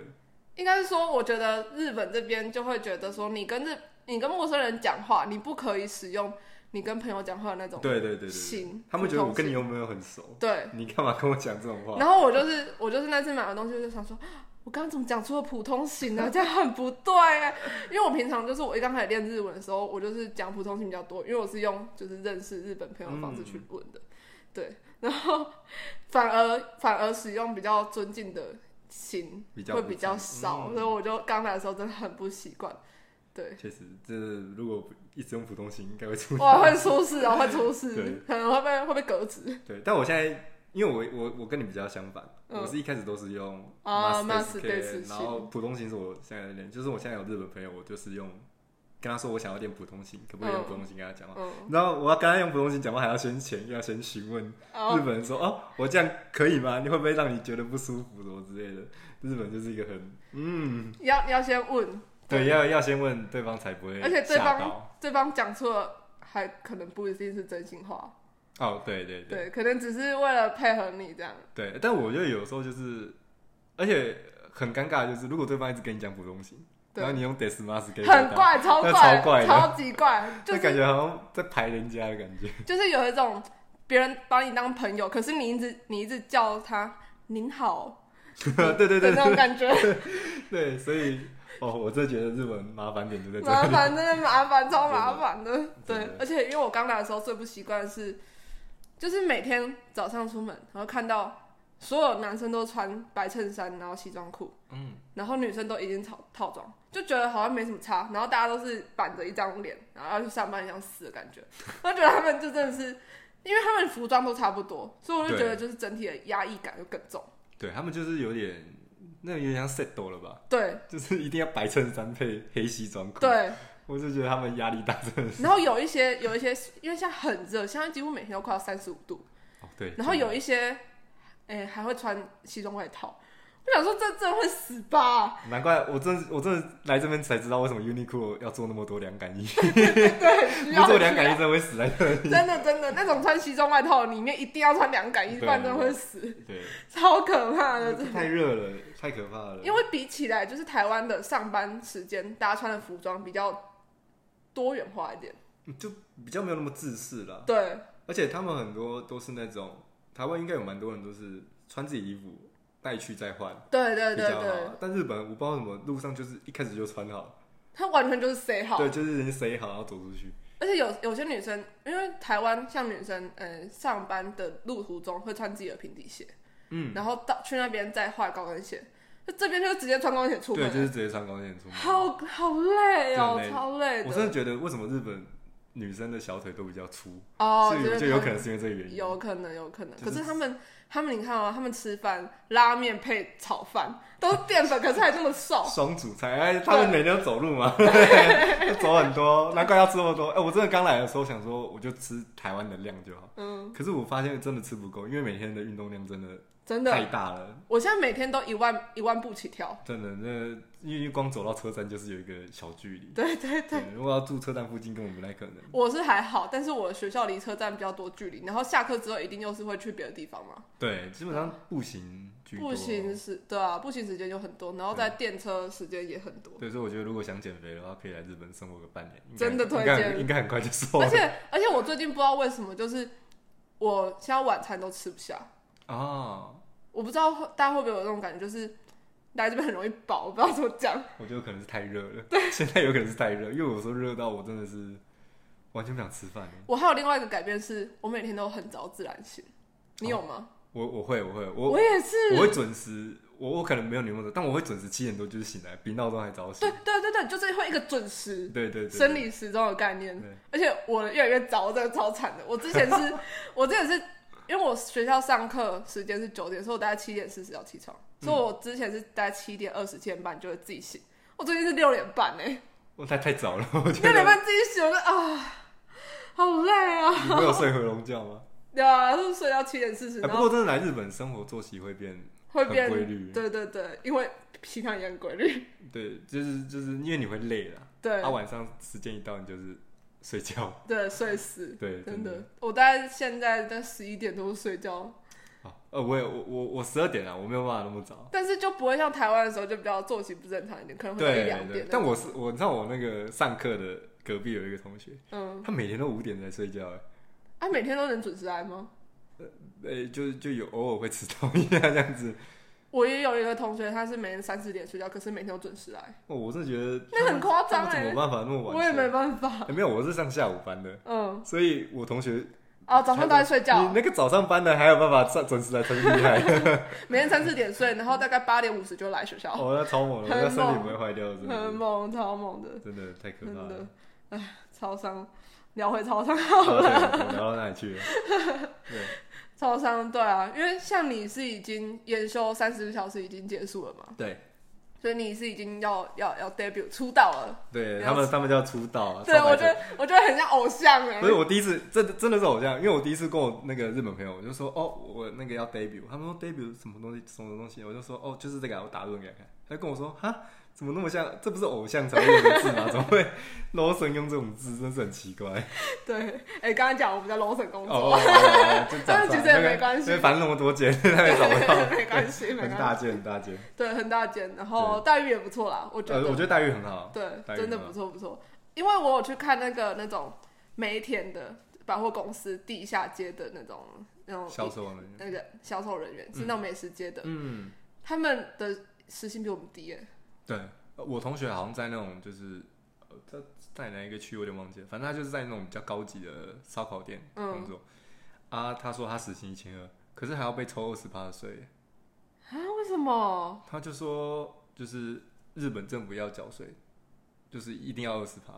[SPEAKER 1] 应该是说我觉得日本这边就会觉得说你跟日你跟陌生人讲话，你不可以使用你跟朋友讲话的那种
[SPEAKER 2] 对对对对对，
[SPEAKER 1] 型，
[SPEAKER 2] 他们觉得我跟你
[SPEAKER 1] 普通
[SPEAKER 2] 又没有很熟
[SPEAKER 1] 型，对，
[SPEAKER 2] 你干嘛跟我讲这种话？
[SPEAKER 1] 然后我就是我就是那次买完东西我就想说， 我刚刚怎么讲出了普通型呢？这样很不对哎，因为我平常就是我一刚开始练日文的时候，我就是讲普通型比较多，因为我是用就是认识日本朋友的方式去问的，对，然后反而反而使用比较尊敬的型
[SPEAKER 2] 比较
[SPEAKER 1] 会
[SPEAKER 2] 不
[SPEAKER 1] 比较
[SPEAKER 2] 常
[SPEAKER 1] 少，
[SPEAKER 2] 嗯
[SPEAKER 1] 所以我就刚来的时候真的很不习惯，对。
[SPEAKER 2] 确实，这如果一直用普通型，应该会出
[SPEAKER 1] 哇，会
[SPEAKER 2] 问题。
[SPEAKER 1] 出事哦，会出
[SPEAKER 2] 对
[SPEAKER 1] 事，可能会被会被革职
[SPEAKER 2] 对，但我现在因为我我我跟你比较相反，
[SPEAKER 1] 嗯
[SPEAKER 2] 我是一开始都是用
[SPEAKER 1] 啊
[SPEAKER 2] master
[SPEAKER 1] master
[SPEAKER 2] scale，
[SPEAKER 1] scale
[SPEAKER 2] 然后普通型是我现在在练，就是我现在有日本朋友，我就是用跟他说我想要练普通型，可不可以用
[SPEAKER 1] 嗯
[SPEAKER 2] 普通型跟他讲话？
[SPEAKER 1] 嗯，
[SPEAKER 2] 然后我要跟他用普通型讲话，还要先前要先询问
[SPEAKER 1] 哦
[SPEAKER 2] 日本人说：“哦，我这样可以吗？你会不会让你觉得不舒服什么之类的？”日本就是一个很嗯，
[SPEAKER 1] 要要先问，
[SPEAKER 2] 对，要要先问对方才不会
[SPEAKER 1] 而且对
[SPEAKER 2] 吓
[SPEAKER 1] 方
[SPEAKER 2] 到。
[SPEAKER 1] 对方讲错了，还可能不一定是真心话，
[SPEAKER 2] 哦，对对对
[SPEAKER 1] 对，可能只是为了配合你这样。
[SPEAKER 2] 对，但我觉得有时候就是，而且很尴尬，的就是如果对方一直跟你讲普通型，
[SPEAKER 1] 对
[SPEAKER 2] 然后你用 desmas 给
[SPEAKER 1] 很
[SPEAKER 2] 他，
[SPEAKER 1] 怪，超
[SPEAKER 2] 那
[SPEAKER 1] 怪，
[SPEAKER 2] 超怪的
[SPEAKER 1] 超级 怪，就
[SPEAKER 2] 就是感觉好像在排人家的感觉。
[SPEAKER 1] 就是有一种别人把你当朋友，可是你一直你一直叫他您好
[SPEAKER 2] 对对
[SPEAKER 1] 的
[SPEAKER 2] 对
[SPEAKER 1] 那种感觉，
[SPEAKER 2] 对，所以哦，我真的觉得日文麻烦点就在这
[SPEAKER 1] 麻
[SPEAKER 2] 里。
[SPEAKER 1] 烦真的麻烦，超麻烦的。
[SPEAKER 2] 真的
[SPEAKER 1] 对，而且因为我刚来的时候最不习惯的是，就是每天早上出门，然后看到所有男生都穿白衬衫，然后西装裤，
[SPEAKER 2] 嗯，
[SPEAKER 1] 然后女生都已经套套装，就觉得好像没什么差，然后大家都是板着一张脸，然后要去上班一样死的感觉。我觉得他们就真的是，因为他们服装都差不多，所以我就觉得就是整体的压抑感就更重。
[SPEAKER 2] 对他们就是有点，那有点像 set 了吧。
[SPEAKER 1] 对
[SPEAKER 2] 就是一定要白衬衫配黑西装裤。，
[SPEAKER 1] 对，
[SPEAKER 2] 我就觉得他们压力大，真的是。
[SPEAKER 1] 然后有一些有一些，因为现在很热，现在几乎每天都快要三十五度，
[SPEAKER 2] 哦，对。
[SPEAKER 1] 然后有一些，哎、还会穿西装外套。我想说这真的会死吧？
[SPEAKER 2] 难怪我真我真的来这边才知道为什么 Uniqlo 要做那么多凉感衣，
[SPEAKER 1] 对，需要
[SPEAKER 2] 不 做凉感衣真的会死在这里。
[SPEAKER 1] 真的真的那种穿西装外套里面一定要穿凉感衣，不然真的会死，
[SPEAKER 2] 对，啊
[SPEAKER 1] 超可怕的。 真的
[SPEAKER 2] 太热了，太可怕了。
[SPEAKER 1] 因为比起来，就是台湾的上班时间，大家穿的服装比较多元化一点。
[SPEAKER 2] 就比较没有那么自私啦，
[SPEAKER 1] 对，
[SPEAKER 2] 而且他们很多都是那种台湾应该有蛮多人都是穿自己衣服带去再换。
[SPEAKER 1] 对对
[SPEAKER 2] 比
[SPEAKER 1] 对
[SPEAKER 2] 较
[SPEAKER 1] 对，
[SPEAKER 2] 好，但日本我不知道为什么，路上就是一开始就穿好，
[SPEAKER 1] 他完全就是谁好。
[SPEAKER 2] 对，就是人塞好然后走出去，
[SPEAKER 1] 而且有有些女生，因为台湾像女生，嗯、上班的路途中会穿自己的平底鞋，
[SPEAKER 2] 嗯，
[SPEAKER 1] 然后到去那边再换高跟鞋，就这边就直接穿高跟鞋出门
[SPEAKER 2] 对，
[SPEAKER 1] 了，
[SPEAKER 2] 就是直接穿高跟鞋出门。
[SPEAKER 1] 好好累哦，
[SPEAKER 2] 真的累
[SPEAKER 1] 超累
[SPEAKER 2] 我真
[SPEAKER 1] 的
[SPEAKER 2] 的觉得为什么日本女生的小腿都比较粗，
[SPEAKER 1] 哦
[SPEAKER 2] 所，以我
[SPEAKER 1] 就是
[SPEAKER 2] 就有
[SPEAKER 1] 他
[SPEAKER 2] 可能是因为这个原因。
[SPEAKER 1] 有可能，有可能。
[SPEAKER 2] 就是。
[SPEAKER 1] 可是他们，他们你看哦，他们吃饭拉面配炒饭都是淀粉，可是还这么瘦
[SPEAKER 2] 双主菜，哎，他们每天都走路 嘛， 就走很多，难怪要吃那么多。哎，我真的刚来的时候想说，我就吃台湾的量就好。
[SPEAKER 1] 嗯，
[SPEAKER 2] 可是我发现真的吃不够，因为每天的运动量真的
[SPEAKER 1] 真
[SPEAKER 2] 太
[SPEAKER 1] 的，
[SPEAKER 2] 大了，
[SPEAKER 1] 我现在每天都一万一万步起跳。
[SPEAKER 2] 真的那因为光走到车站就是有一个小距离。
[SPEAKER 1] 对对对，
[SPEAKER 2] 对，如果要住车站附近，根本不太可能。
[SPEAKER 1] 我是还好，但是我的学校离车站比较多距离，然后下课之后一定又是会去别的地方嘛。
[SPEAKER 2] 对，基本上步行居多。
[SPEAKER 1] 步行。时对啊，步行时间就很多，然后在电车时间也很 多。
[SPEAKER 2] 对，所以我觉得如果想减肥的话，可以来日本生活个半年，应该
[SPEAKER 1] 真的推
[SPEAKER 2] 应该
[SPEAKER 1] 荐
[SPEAKER 2] 很应该很快就瘦了。
[SPEAKER 1] 而且而且我最近不知道为什么，就是我现在晚餐都吃不下，
[SPEAKER 2] 哦，
[SPEAKER 1] 我不知道大家会不会有那种感觉，就是来这边很容易饱，我不知道怎么讲。
[SPEAKER 2] 我觉得可能是太热了。对，现在有可能是太热，因为有时候热到我真的是完全不想吃饭。
[SPEAKER 1] 我还有另外一个改变是，我每天都很早自然醒，你有吗？
[SPEAKER 2] 我我会我会我
[SPEAKER 1] 我也是，
[SPEAKER 2] 我会准时，我我可能没有你那么早，但我会准时七点多就是醒来，比闹钟还早醒
[SPEAKER 1] 对。对对对，就是会一个准时
[SPEAKER 2] 对对对，
[SPEAKER 1] 生理时钟的概念
[SPEAKER 2] 对。
[SPEAKER 1] 而且我越来越早，我真的超惨的。我之前是，我之前是因为我学校上课时间是九点，所以我大概七点四十要起床，
[SPEAKER 2] 嗯
[SPEAKER 1] 所以我之前是大概七点二十、七点半就会自己醒。我最近是六点半 哎、
[SPEAKER 2] 我太太早了， 我觉
[SPEAKER 1] 六点
[SPEAKER 2] 得。
[SPEAKER 1] 半自己醒，我就啊，好累啊。
[SPEAKER 2] 你没有睡回笼觉吗？
[SPEAKER 1] 对啊， 就是睡到七点四十，
[SPEAKER 2] 哎，
[SPEAKER 1] 然
[SPEAKER 2] 不
[SPEAKER 1] 后
[SPEAKER 2] 过真的来日本生活作息会变
[SPEAKER 1] 会
[SPEAKER 2] 很
[SPEAKER 1] 变
[SPEAKER 2] 规律，
[SPEAKER 1] 对对对，因为平常也很规律。
[SPEAKER 2] 对，就是就是因为你会累了，
[SPEAKER 1] 对
[SPEAKER 2] 啊，晚上时间一到你就是睡觉，
[SPEAKER 1] 对，睡死，
[SPEAKER 2] 对，
[SPEAKER 1] 真
[SPEAKER 2] 真
[SPEAKER 1] 的。我大概现在在十一点多睡觉，
[SPEAKER 2] 啊，呃，我也我我我十二点啊了，我没有办法那么早。
[SPEAKER 1] 但是就不会像台湾的时候就比较作息不正常一点，可能会到一
[SPEAKER 2] 对
[SPEAKER 1] 两
[SPEAKER 2] 对
[SPEAKER 1] 点。，
[SPEAKER 2] 但我是我，你知道我那个上课的隔壁有一个同学，
[SPEAKER 1] 嗯，
[SPEAKER 2] 他每天都五点才睡觉，哎
[SPEAKER 1] 啊，每天都能准时来吗？
[SPEAKER 2] 呃，就就有偶尔会迟到一下这样子。
[SPEAKER 1] 我也有一个同学，他是每天三四点睡觉，可是每天都准时来，
[SPEAKER 2] 哦，我是觉得
[SPEAKER 1] 那很夸张
[SPEAKER 2] 他们怎么
[SPEAKER 1] 哎，
[SPEAKER 2] 办法那么晚？
[SPEAKER 1] 我也没、办法。
[SPEAKER 2] 哎没有，我是上下午班的，
[SPEAKER 1] 嗯，
[SPEAKER 2] 所以我同学
[SPEAKER 1] 啊，早上都在睡
[SPEAKER 2] 你
[SPEAKER 1] 觉，
[SPEAKER 2] 那个早上班的还有办法上准时来，真厉 害！
[SPEAKER 1] 每天三四点睡，然后大概八点五十就来学 校，
[SPEAKER 2] 哦，那超猛的，
[SPEAKER 1] 很
[SPEAKER 2] 那身体
[SPEAKER 1] 猛
[SPEAKER 2] 不会坏掉，真
[SPEAKER 1] 很
[SPEAKER 2] 的
[SPEAKER 1] 猛，超猛的，
[SPEAKER 2] 是，真的太可
[SPEAKER 1] 真
[SPEAKER 2] 怕了
[SPEAKER 1] 的。，哎，超伤，聊回超伤。
[SPEAKER 2] 哦对我聊到哪里去 了？对，
[SPEAKER 1] 超商对啊，因为像你是已经研修三十个小时已经结束了嘛，
[SPEAKER 2] 对
[SPEAKER 1] 所以你是已经要要要 debut 出道了。
[SPEAKER 2] 对，
[SPEAKER 1] 了
[SPEAKER 2] 他们他们叫出道啊，
[SPEAKER 1] 对，
[SPEAKER 2] 超白
[SPEAKER 1] 我觉得我觉得很像偶像哎、
[SPEAKER 2] 不是我第一次，真的真的是偶像，因为我第一次跟我那个日本朋友，我就说哦，我那个要 debut，他们说 debut 什么东西什么东西，我就说哦，就是这个啊，我打论给他看，他跟我说哈，怎么那么像？这不是偶像才会用的字吗？怎 么会 low 神用这种字，真是很奇怪。
[SPEAKER 1] 对，哎、刚刚讲我们在 Lawson 工作，
[SPEAKER 2] 哦，哦哦就
[SPEAKER 1] 但
[SPEAKER 2] 长
[SPEAKER 1] 是
[SPEAKER 2] 出
[SPEAKER 1] 其
[SPEAKER 2] 来
[SPEAKER 1] 实也
[SPEAKER 2] 那个
[SPEAKER 1] 没关系
[SPEAKER 2] 因为反正那么多间， 他也找不到，
[SPEAKER 1] 没关系，没
[SPEAKER 2] 哦很大
[SPEAKER 1] 关系，
[SPEAKER 2] 件很 大件。
[SPEAKER 1] 对，很大间，然后待遇也不错啦，我觉
[SPEAKER 2] 呃，
[SPEAKER 1] 得，
[SPEAKER 2] 我觉得待遇很好，待
[SPEAKER 1] 对，
[SPEAKER 2] 遇
[SPEAKER 1] 真的
[SPEAKER 2] 很好
[SPEAKER 1] 不错不错，因为我有去看那个那种梅田的百货公司地下街的那种那种
[SPEAKER 2] 销售人员，
[SPEAKER 1] 那个销售人员是那种美食街的，
[SPEAKER 2] 嗯，
[SPEAKER 1] 他们的时薪比我们低耶、
[SPEAKER 2] 对，呃我同学好像在那种就是，呃，他在哪一个区我有点忘记了，反正他就是在那种比较高级的烧烤店
[SPEAKER 1] 嗯
[SPEAKER 2] 工作。啊，他说他时薪一千二，可是还要被抽二十八的税。
[SPEAKER 1] 啊，为什么？
[SPEAKER 2] 他就说，就是日本政府要缴税，就是一定要二十趴。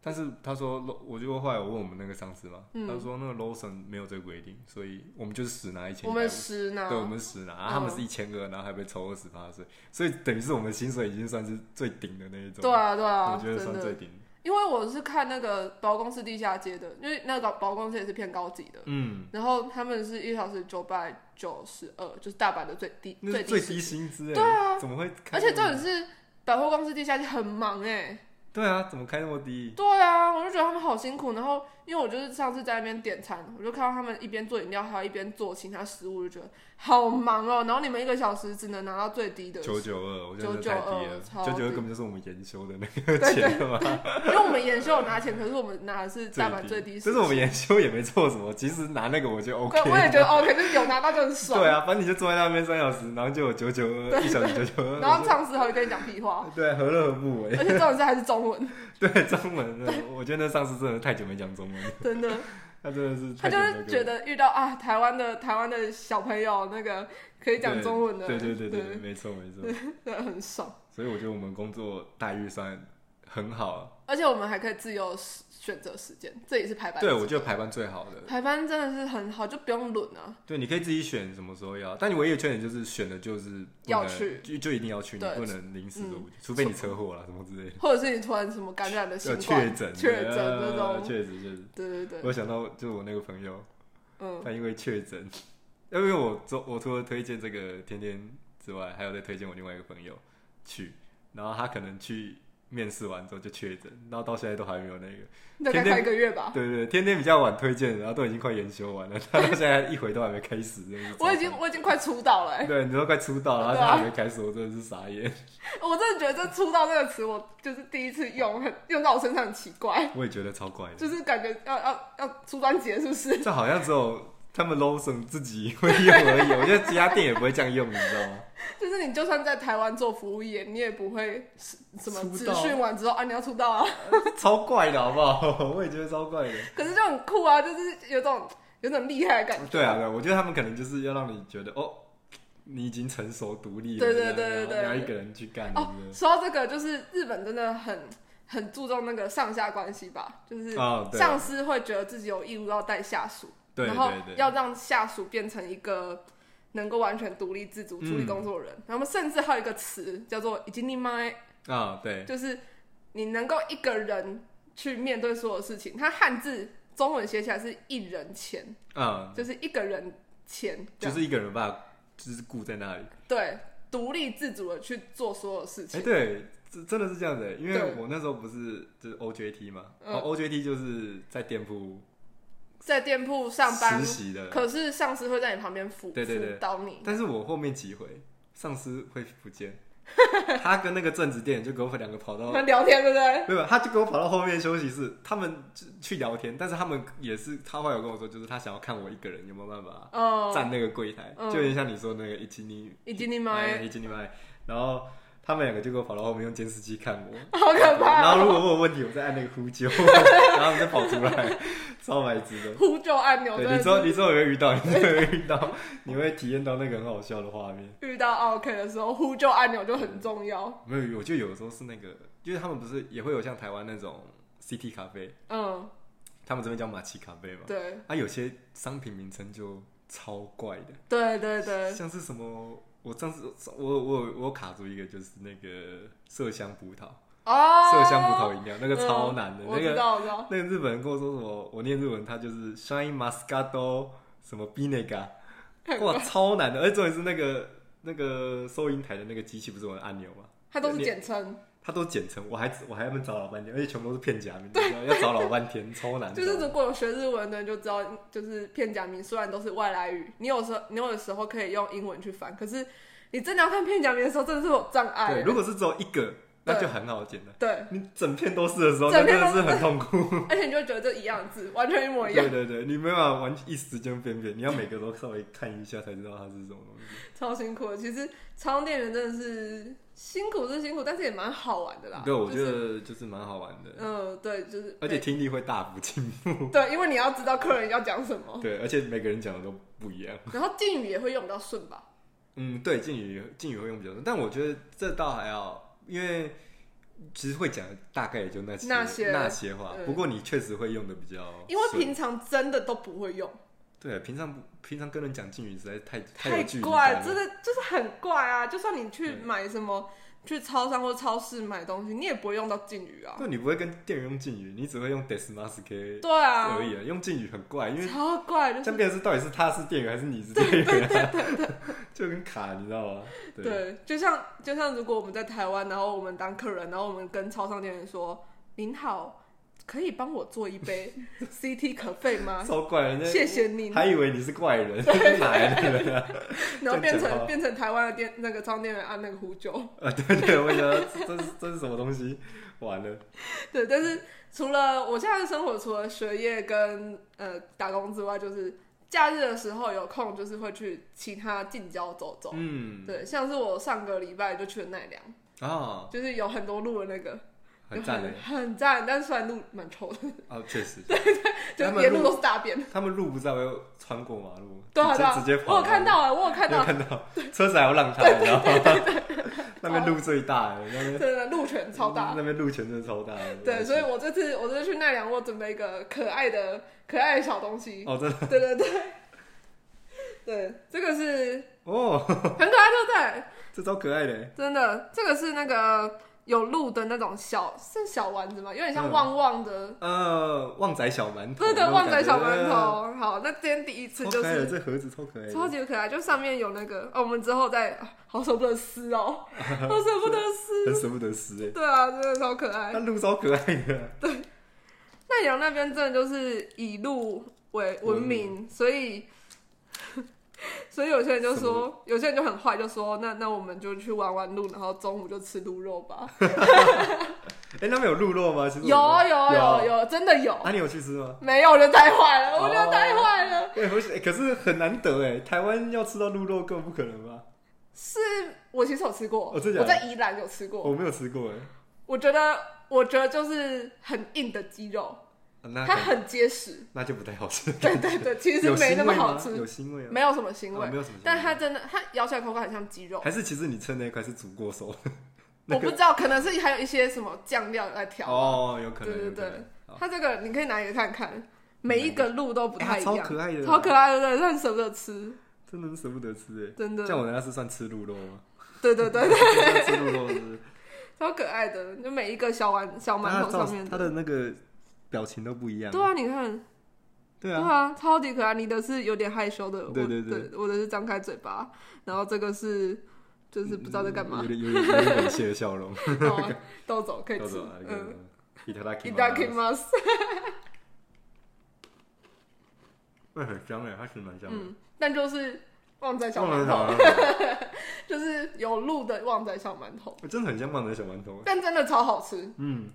[SPEAKER 2] 但是他说，我就后来我问我们那个上司嘛，
[SPEAKER 1] 嗯
[SPEAKER 2] 他说那个 Lawson 没有这个规定，所以我们就是死拿一千。
[SPEAKER 1] 我们十呢？
[SPEAKER 2] 对，我们十拿，啊他们是一千
[SPEAKER 1] 嗯
[SPEAKER 2] 二，然后还被抽二十八税，所以等于是我们薪水已经算是最顶的那一种。
[SPEAKER 1] 对啊，对啊，
[SPEAKER 2] 我觉得
[SPEAKER 1] 真
[SPEAKER 2] 算最
[SPEAKER 1] 的。
[SPEAKER 2] 顶。
[SPEAKER 1] 因为我是看那个保公司地下街的，因为那个保公司也是偏高级的，
[SPEAKER 2] 嗯，
[SPEAKER 1] 然后他们是一小时九百九十二，就是大阪的最低
[SPEAKER 2] 那是
[SPEAKER 1] 低
[SPEAKER 2] 最
[SPEAKER 1] 时
[SPEAKER 2] 低
[SPEAKER 1] 薪。
[SPEAKER 2] 薪资哎，
[SPEAKER 1] 对啊
[SPEAKER 2] 怎么会开
[SPEAKER 1] 而
[SPEAKER 2] 那么低？
[SPEAKER 1] 且重点是百货公司地下街很忙哎、
[SPEAKER 2] 对啊，怎么开那么低？
[SPEAKER 1] 对啊，我就觉得他们好辛苦。然后因为我就是上次在那边点餐，我就看到他们一边做饮料，还有一边做其他食物，就觉得好忙哦。然后你们一个小时只能拿到最低的，
[SPEAKER 2] 九九二，我觉得这太低了，
[SPEAKER 1] 992超
[SPEAKER 2] 九九二
[SPEAKER 1] 低
[SPEAKER 2] 根本就是我们研修的那个钱了嘛，
[SPEAKER 1] 因为我们研修有拿钱，可是我们拿的是大阪最低时薪，
[SPEAKER 2] 但是我们研修也没做什么，其实拿那个我就 OK
[SPEAKER 1] 对，。我也觉得 OK，就是有拿到就很爽。
[SPEAKER 2] 对啊，反正你就坐在那边三小时，然后就有九九二，一小时九九二，
[SPEAKER 1] 然后
[SPEAKER 2] 我就
[SPEAKER 1] 上司还会跟你讲屁话，
[SPEAKER 2] 对，何乐而不为？
[SPEAKER 1] 而且重点是还是中文，
[SPEAKER 2] 对，中文的，我觉得那上司真的太久没讲中文了，
[SPEAKER 1] 真的，
[SPEAKER 2] 他真的是
[SPEAKER 1] 他
[SPEAKER 2] 太久
[SPEAKER 1] 就
[SPEAKER 2] 没有
[SPEAKER 1] 是
[SPEAKER 2] 跟
[SPEAKER 1] 觉得遇到啊台湾的台湾的小朋友那个可以讲中文的，
[SPEAKER 2] 对对对对对，
[SPEAKER 1] 对，
[SPEAKER 2] 没错没错，
[SPEAKER 1] 对很爽。
[SPEAKER 2] 所以我觉得我们工作待遇算很好，
[SPEAKER 1] 而且我们还可以自由选择时间，这也是排班制。
[SPEAKER 2] 对，我觉得排班最好的。
[SPEAKER 1] 排班真的是很好，就不用轮啊。
[SPEAKER 2] 对，你可以自己选什么时候要，但你唯一的缺点就是选的就是不
[SPEAKER 1] 要
[SPEAKER 2] 能
[SPEAKER 1] 去
[SPEAKER 2] 就就一定要去，你
[SPEAKER 1] 对
[SPEAKER 2] 不能临时
[SPEAKER 1] 嗯
[SPEAKER 2] 的，除非你车祸啦什么之类的，
[SPEAKER 1] 或者是你突然什么感染了
[SPEAKER 2] 要
[SPEAKER 1] 新
[SPEAKER 2] 确
[SPEAKER 1] 冠，
[SPEAKER 2] 诊
[SPEAKER 1] 确诊
[SPEAKER 2] 呃
[SPEAKER 1] 这种
[SPEAKER 2] 确实确实。
[SPEAKER 1] 对对对，
[SPEAKER 2] 我想到就是我那个朋友，
[SPEAKER 1] 嗯
[SPEAKER 2] 他因为确诊， 因为我做我除了推荐这个天天之外，还有在推荐我另外一个朋友去，然后他可能去面试完之后就确诊，然后到现在都还没有那个，
[SPEAKER 1] 大概
[SPEAKER 2] 天天
[SPEAKER 1] 快一个月吧。
[SPEAKER 2] 对对对，天天比较晚推荐，然后都已经快研修完了，他到现在一回都还没开始，真的是
[SPEAKER 1] 我已
[SPEAKER 2] 超
[SPEAKER 1] 经我已经快出道了、欸，
[SPEAKER 2] 对，你都快出道了，
[SPEAKER 1] 对
[SPEAKER 2] 然
[SPEAKER 1] 啊
[SPEAKER 2] 后他还没开始，我真的是傻 眼。
[SPEAKER 1] 我真的觉得这“出道”这个词，我就是第一次用，很用到我身上很奇怪，
[SPEAKER 2] 我也觉得超怪的，
[SPEAKER 1] 就是感觉要要要出专辑了是不是？
[SPEAKER 2] 这好像只有他们 Lawson 自己会用而已，我觉得其他店也不会这样用，你知道吗？
[SPEAKER 1] 就是你就算在台湾做服务业，你也不会是什么
[SPEAKER 2] 出
[SPEAKER 1] 资
[SPEAKER 2] 道
[SPEAKER 1] 讯完之后啊你要出道啊，
[SPEAKER 2] 超怪的好不好？ 我也觉得超怪的。
[SPEAKER 1] 可是就很酷啊，就是有种有种厉害的感觉。
[SPEAKER 2] 对啊，对啊，我觉得他们可能就是要让你觉得哦，你已经成熟独立了，
[SPEAKER 1] 对对
[SPEAKER 2] 这样
[SPEAKER 1] 对对对
[SPEAKER 2] 然后一个人去干，
[SPEAKER 1] 哦，说到这个，就是日本真的很很注重那个上下关系吧，就是
[SPEAKER 2] 啊对啊
[SPEAKER 1] 上司会觉得自己有义务要带下属，
[SPEAKER 2] 对
[SPEAKER 1] 然后
[SPEAKER 2] 对对，
[SPEAKER 1] 要让下属变成一个能够完全独立自主处理
[SPEAKER 2] 嗯
[SPEAKER 1] 工作的人。然后甚至还有一个词叫做“已经你妈”，
[SPEAKER 2] 啊对，
[SPEAKER 1] 就是你能够一个人去面对所有事情。它汉字中文写起来是一人前，
[SPEAKER 2] 啊，
[SPEAKER 1] 就是一个人前，这
[SPEAKER 2] 就
[SPEAKER 1] 样
[SPEAKER 2] 是一个人把它就是固在那里。
[SPEAKER 1] 对，独立自主的去做所有事
[SPEAKER 2] 哎、
[SPEAKER 1] 情。
[SPEAKER 2] 对，真真的是这样子、欸因为
[SPEAKER 1] 对
[SPEAKER 2] 我那时候不是就是 OJT 嘛，
[SPEAKER 1] 嗯
[SPEAKER 2] 哦 OJT 就是在店铺
[SPEAKER 1] 在店铺上班
[SPEAKER 2] 实，习的，
[SPEAKER 1] 可是上司会在你旁边辅
[SPEAKER 2] 对对对
[SPEAKER 1] 辅导你。
[SPEAKER 2] 但是我后面几回上司会不见，他跟那个正职店员就给我们两个跑到
[SPEAKER 1] 你们聊天对不对？
[SPEAKER 2] 没有，他就给我跑到后面休息室，他们就去聊天，但是他们也是，他后来有跟我说，就是他想要看我一个人有没有办法
[SPEAKER 1] 嗯，
[SPEAKER 2] 站那个柜台，
[SPEAKER 1] 嗯
[SPEAKER 2] 就有点像你说那个一七零
[SPEAKER 1] 已经你妈，
[SPEAKER 2] 哎一七零麦，然后他们两个就给我跑到后面用监视器看 我，
[SPEAKER 1] 好可
[SPEAKER 2] 然
[SPEAKER 1] 怕
[SPEAKER 2] 后如
[SPEAKER 1] 哦！
[SPEAKER 2] 果我有问题，我再按那个 呼救，然后他们就跑出来，超白痴的。
[SPEAKER 1] 呼救按钮哦真
[SPEAKER 2] 对，
[SPEAKER 1] 的
[SPEAKER 2] 你
[SPEAKER 1] 是
[SPEAKER 2] 之后你之后也会遇到，你之后也会遇到，你会体验到那个很好笑的画面。
[SPEAKER 1] 遇到 OK 的时候，呼救按钮就很重要。
[SPEAKER 2] 没有，我就有时候是那个，就是他们不是也会有像台湾那种 CT 咖啡，
[SPEAKER 1] 嗯，
[SPEAKER 2] 他们这边叫马奇咖啡嘛。
[SPEAKER 1] 对，
[SPEAKER 2] 啊，有些商品名称就超怪的，
[SPEAKER 1] 对对对，
[SPEAKER 2] 像是什么，我上次我我我有卡住一个，就是那个麝香葡萄，
[SPEAKER 1] 哦，
[SPEAKER 2] 麝香葡萄饮料，那个超难的，
[SPEAKER 1] 嗯
[SPEAKER 2] 那
[SPEAKER 1] 我知
[SPEAKER 2] 个
[SPEAKER 1] 道，我知道，
[SPEAKER 2] 那个日本人跟我说什么，我念日文，他就是 shine muscato 什么 binega，哇，超难的，而且重点是那个那个收银台的那个机器不是有按钮吗？
[SPEAKER 1] 它都是简称，
[SPEAKER 2] 它都简称，我还我还要找老半天，而且全部都是片假名，你知道要找老半天，超难找。
[SPEAKER 1] 就是如果有学日文的人就知道，就是片假名虽然都是外来语，你有时候你有时候可以用英文去翻，可是你真的要看片假名的时候，真的是有障碍
[SPEAKER 2] 对，。如果是只有一个，那
[SPEAKER 1] 对
[SPEAKER 2] 就很好简单。
[SPEAKER 1] 对，
[SPEAKER 2] 你整片都是的时候，那
[SPEAKER 1] 整
[SPEAKER 2] 真
[SPEAKER 1] 片
[SPEAKER 2] 的
[SPEAKER 1] 都
[SPEAKER 2] 是
[SPEAKER 1] 是
[SPEAKER 2] 很痛 苦。
[SPEAKER 1] 而且你就会觉得这一样字完全一模一样
[SPEAKER 2] 对，对对，你没办法完一时间辨别，你要每个都稍微看一下才知道它是什么东西。
[SPEAKER 1] 超辛苦的。其实超店员真的是辛苦是辛苦，但是也蛮好玩的啦。
[SPEAKER 2] 对，我
[SPEAKER 1] 啊就
[SPEAKER 2] 觉
[SPEAKER 1] 是
[SPEAKER 2] 得就是蛮好玩的，
[SPEAKER 1] 嗯，对，就是
[SPEAKER 2] 而且听力会大幅进 步。
[SPEAKER 1] 对，因为你要知道客人要讲什么，
[SPEAKER 2] 对，而且每个人讲的都不一样。
[SPEAKER 1] 然后敬语也会用比较顺吧。
[SPEAKER 2] 嗯，对，敬语敬语会用比较多，但我觉得这倒还好，因为其实会讲的大概也就那些
[SPEAKER 1] 那些
[SPEAKER 2] 那些话。
[SPEAKER 1] 嗯
[SPEAKER 2] 不过你确实会用的比较顺，
[SPEAKER 1] 因为平常真的都不会用，
[SPEAKER 2] 对平常不平常跟人讲敬语实在太有
[SPEAKER 1] 太
[SPEAKER 2] 距离
[SPEAKER 1] 怪，
[SPEAKER 2] 感了
[SPEAKER 1] 真的就是很怪啊！就算你去
[SPEAKER 2] 对
[SPEAKER 1] 买什么，去超商或超市买东西，你也不会用到敬语啊。
[SPEAKER 2] 对，你不会跟店员用敬语，你只会用 desmaske
[SPEAKER 1] 对啊
[SPEAKER 2] 而，已啊。用敬语很怪，因为
[SPEAKER 1] 超怪，就是
[SPEAKER 2] 像变成是到底是他是店员还是你是店员、啊， 就跟卡，你知道吗？对，
[SPEAKER 1] 对，就像就像如果我们在台湾，然后我们当客人，然后我们跟超商店员说：“您好，可以帮我做一 杯 CT 可费吗？
[SPEAKER 2] 超怪，人家
[SPEAKER 1] 啊谢谢您。”
[SPEAKER 2] 还以为你是 怪人，哪来的人啊？
[SPEAKER 1] 然后
[SPEAKER 2] 这样
[SPEAKER 1] 变
[SPEAKER 2] 讲话
[SPEAKER 1] 成变成台湾的店那个超商店员按那个呼救。
[SPEAKER 2] 啊，对对，我想说这这是这是什么东西？完了，
[SPEAKER 1] 哦对，但是除了我现在的生活，除了学业跟呃打工之外，就是假日的时候有空，就是会去其他近郊走走。
[SPEAKER 2] 嗯，
[SPEAKER 1] 对，像是我上个礼拜就去了奈良，
[SPEAKER 2] 啊，
[SPEAKER 1] 就是有很多路的那个，
[SPEAKER 2] 很
[SPEAKER 1] 就
[SPEAKER 2] 赞欸嘞，
[SPEAKER 1] 很赞，但是虽然路蛮臭的，
[SPEAKER 2] 啊，确 实，
[SPEAKER 1] 就
[SPEAKER 2] 他们
[SPEAKER 1] 沿
[SPEAKER 2] 路
[SPEAKER 1] 路都是大便。
[SPEAKER 2] 他们路不是还会穿过马路，
[SPEAKER 1] 对啊对
[SPEAKER 2] 直接
[SPEAKER 1] 啊
[SPEAKER 2] 直接，跑，
[SPEAKER 1] 我有看，到啊，我有看
[SPEAKER 2] 你有
[SPEAKER 1] 到，
[SPEAKER 2] 看到，车子还要让开，你知道吗？ 那边路最大欸了，那边
[SPEAKER 1] 真的鹿泉超大。
[SPEAKER 2] 嗯那边路权真的超大的。
[SPEAKER 1] 对，所以我这次我这次去奈良，我准备一个可爱的可爱的小东西。
[SPEAKER 2] 哦，真的
[SPEAKER 1] 对对对， 对，这个是
[SPEAKER 2] 哦，
[SPEAKER 1] 很可爱，对不对？
[SPEAKER 2] 这招可爱的，
[SPEAKER 1] 真的，这个是那个有鹿的那种小，是小丸子吗？有点像
[SPEAKER 2] 嗯
[SPEAKER 1] 旺旺的，
[SPEAKER 2] 呃，旺仔小馒头，
[SPEAKER 1] 对对，旺仔小馒
[SPEAKER 2] 那种
[SPEAKER 1] 头。好，那今天第一次
[SPEAKER 2] 感觉，
[SPEAKER 1] 就
[SPEAKER 2] 超可爱的，
[SPEAKER 1] 是
[SPEAKER 2] 这盒子超可爱的，
[SPEAKER 1] 超级可爱，就上面有那个，哦，我们之后再，啊好舍不得撕 哦，好舍不得撕，
[SPEAKER 2] 很舍不得撕
[SPEAKER 1] 对啊，真的超可爱
[SPEAKER 2] 哎，那。路超可爱的，
[SPEAKER 1] 奈良那边真的就是以鹿为
[SPEAKER 2] 文
[SPEAKER 1] 闻名，所以 所以有些人就
[SPEAKER 2] 什么
[SPEAKER 1] 说，有些人就很坏，就说那那我们就去玩玩鹿，然后中午就吃鹿肉 吧。
[SPEAKER 2] 哎，那边有鹿肉吗？其实我
[SPEAKER 1] 有啊
[SPEAKER 2] 不知道
[SPEAKER 1] 有有，有，真的有。
[SPEAKER 2] 啊，你有去吃吗？
[SPEAKER 1] 没有，我觉得太坏了，我觉
[SPEAKER 2] 哦
[SPEAKER 1] 得太坏了。
[SPEAKER 2] 对，不是，哎可是很难得哎，台湾要吃到鹿肉根本不可能吧？
[SPEAKER 1] 是我其实有吃过，
[SPEAKER 2] 哦真的假
[SPEAKER 1] 我
[SPEAKER 2] 的
[SPEAKER 1] 在宜兰有吃过。
[SPEAKER 2] 我没有吃过哎，
[SPEAKER 1] 我觉得，我觉得就是很硬的鸡肉，
[SPEAKER 2] 啊那
[SPEAKER 1] 它
[SPEAKER 2] 可
[SPEAKER 1] 很结 实。
[SPEAKER 2] 那就不太好吃，
[SPEAKER 1] 对对对，其实
[SPEAKER 2] 有
[SPEAKER 1] 没
[SPEAKER 2] 腥
[SPEAKER 1] 那
[SPEAKER 2] 味
[SPEAKER 1] 么
[SPEAKER 2] 吗？
[SPEAKER 1] 好吃
[SPEAKER 2] 有，腥味吗？
[SPEAKER 1] 没有什么腥味，
[SPEAKER 2] 哦没有什么腥味
[SPEAKER 1] 但它真的，它咬起来口感很像鸡肉。
[SPEAKER 2] 还是其实你吃那一块是煮过熟的？那
[SPEAKER 1] 我
[SPEAKER 2] 个
[SPEAKER 1] 不知道，可能是还有一些什么酱料来调。
[SPEAKER 2] 哦，有可
[SPEAKER 1] 对
[SPEAKER 2] 能，
[SPEAKER 1] 对
[SPEAKER 2] 有可能
[SPEAKER 1] 对
[SPEAKER 2] 好
[SPEAKER 1] 它这个你可以拿给看看，每一个路都不
[SPEAKER 2] 哎
[SPEAKER 1] 太
[SPEAKER 2] 它
[SPEAKER 1] 一
[SPEAKER 2] 超
[SPEAKER 1] 样，
[SPEAKER 2] 可爱的，
[SPEAKER 1] 超可爱的，对，但舍不得吃，
[SPEAKER 2] 真的是舍不得吃哎。
[SPEAKER 1] 真的，
[SPEAKER 2] 像我那是算吃鹿肉 吗？
[SPEAKER 1] 对对对，
[SPEAKER 2] 算吃鹿 肉是不是？
[SPEAKER 1] 超可爱的，就每一个小丸小哦馒
[SPEAKER 2] 它
[SPEAKER 1] 头
[SPEAKER 2] 的
[SPEAKER 1] 上面
[SPEAKER 2] 造它的那个表情都不一样。
[SPEAKER 1] 对啊，你看，
[SPEAKER 2] 对
[SPEAKER 1] 对
[SPEAKER 2] 啊，
[SPEAKER 1] 啊，超级可爱。你的是有点害羞的，我
[SPEAKER 2] 对对对
[SPEAKER 1] 我的是张开嘴巴，然后这个是就是不知道在干嘛
[SPEAKER 2] 有，点有点有点猥亵的笑 容。
[SPEAKER 1] 然后豆走可以
[SPEAKER 2] 叫
[SPEAKER 1] 吃
[SPEAKER 2] 做，那个
[SPEAKER 1] 嗯，
[SPEAKER 2] 伊达拉
[SPEAKER 1] い
[SPEAKER 2] 基
[SPEAKER 1] ただきます，
[SPEAKER 2] 会很香哎，它其实蛮香的。
[SPEAKER 1] 嗯，但就是旺仔小
[SPEAKER 2] 棒
[SPEAKER 1] 馒
[SPEAKER 2] 子小
[SPEAKER 1] 头，
[SPEAKER 2] 馒头，
[SPEAKER 1] 就是有鹿的旺仔小馒头，
[SPEAKER 2] 我真的很像棒子小馒头。
[SPEAKER 1] 但真的超好吃，
[SPEAKER 2] 嗯，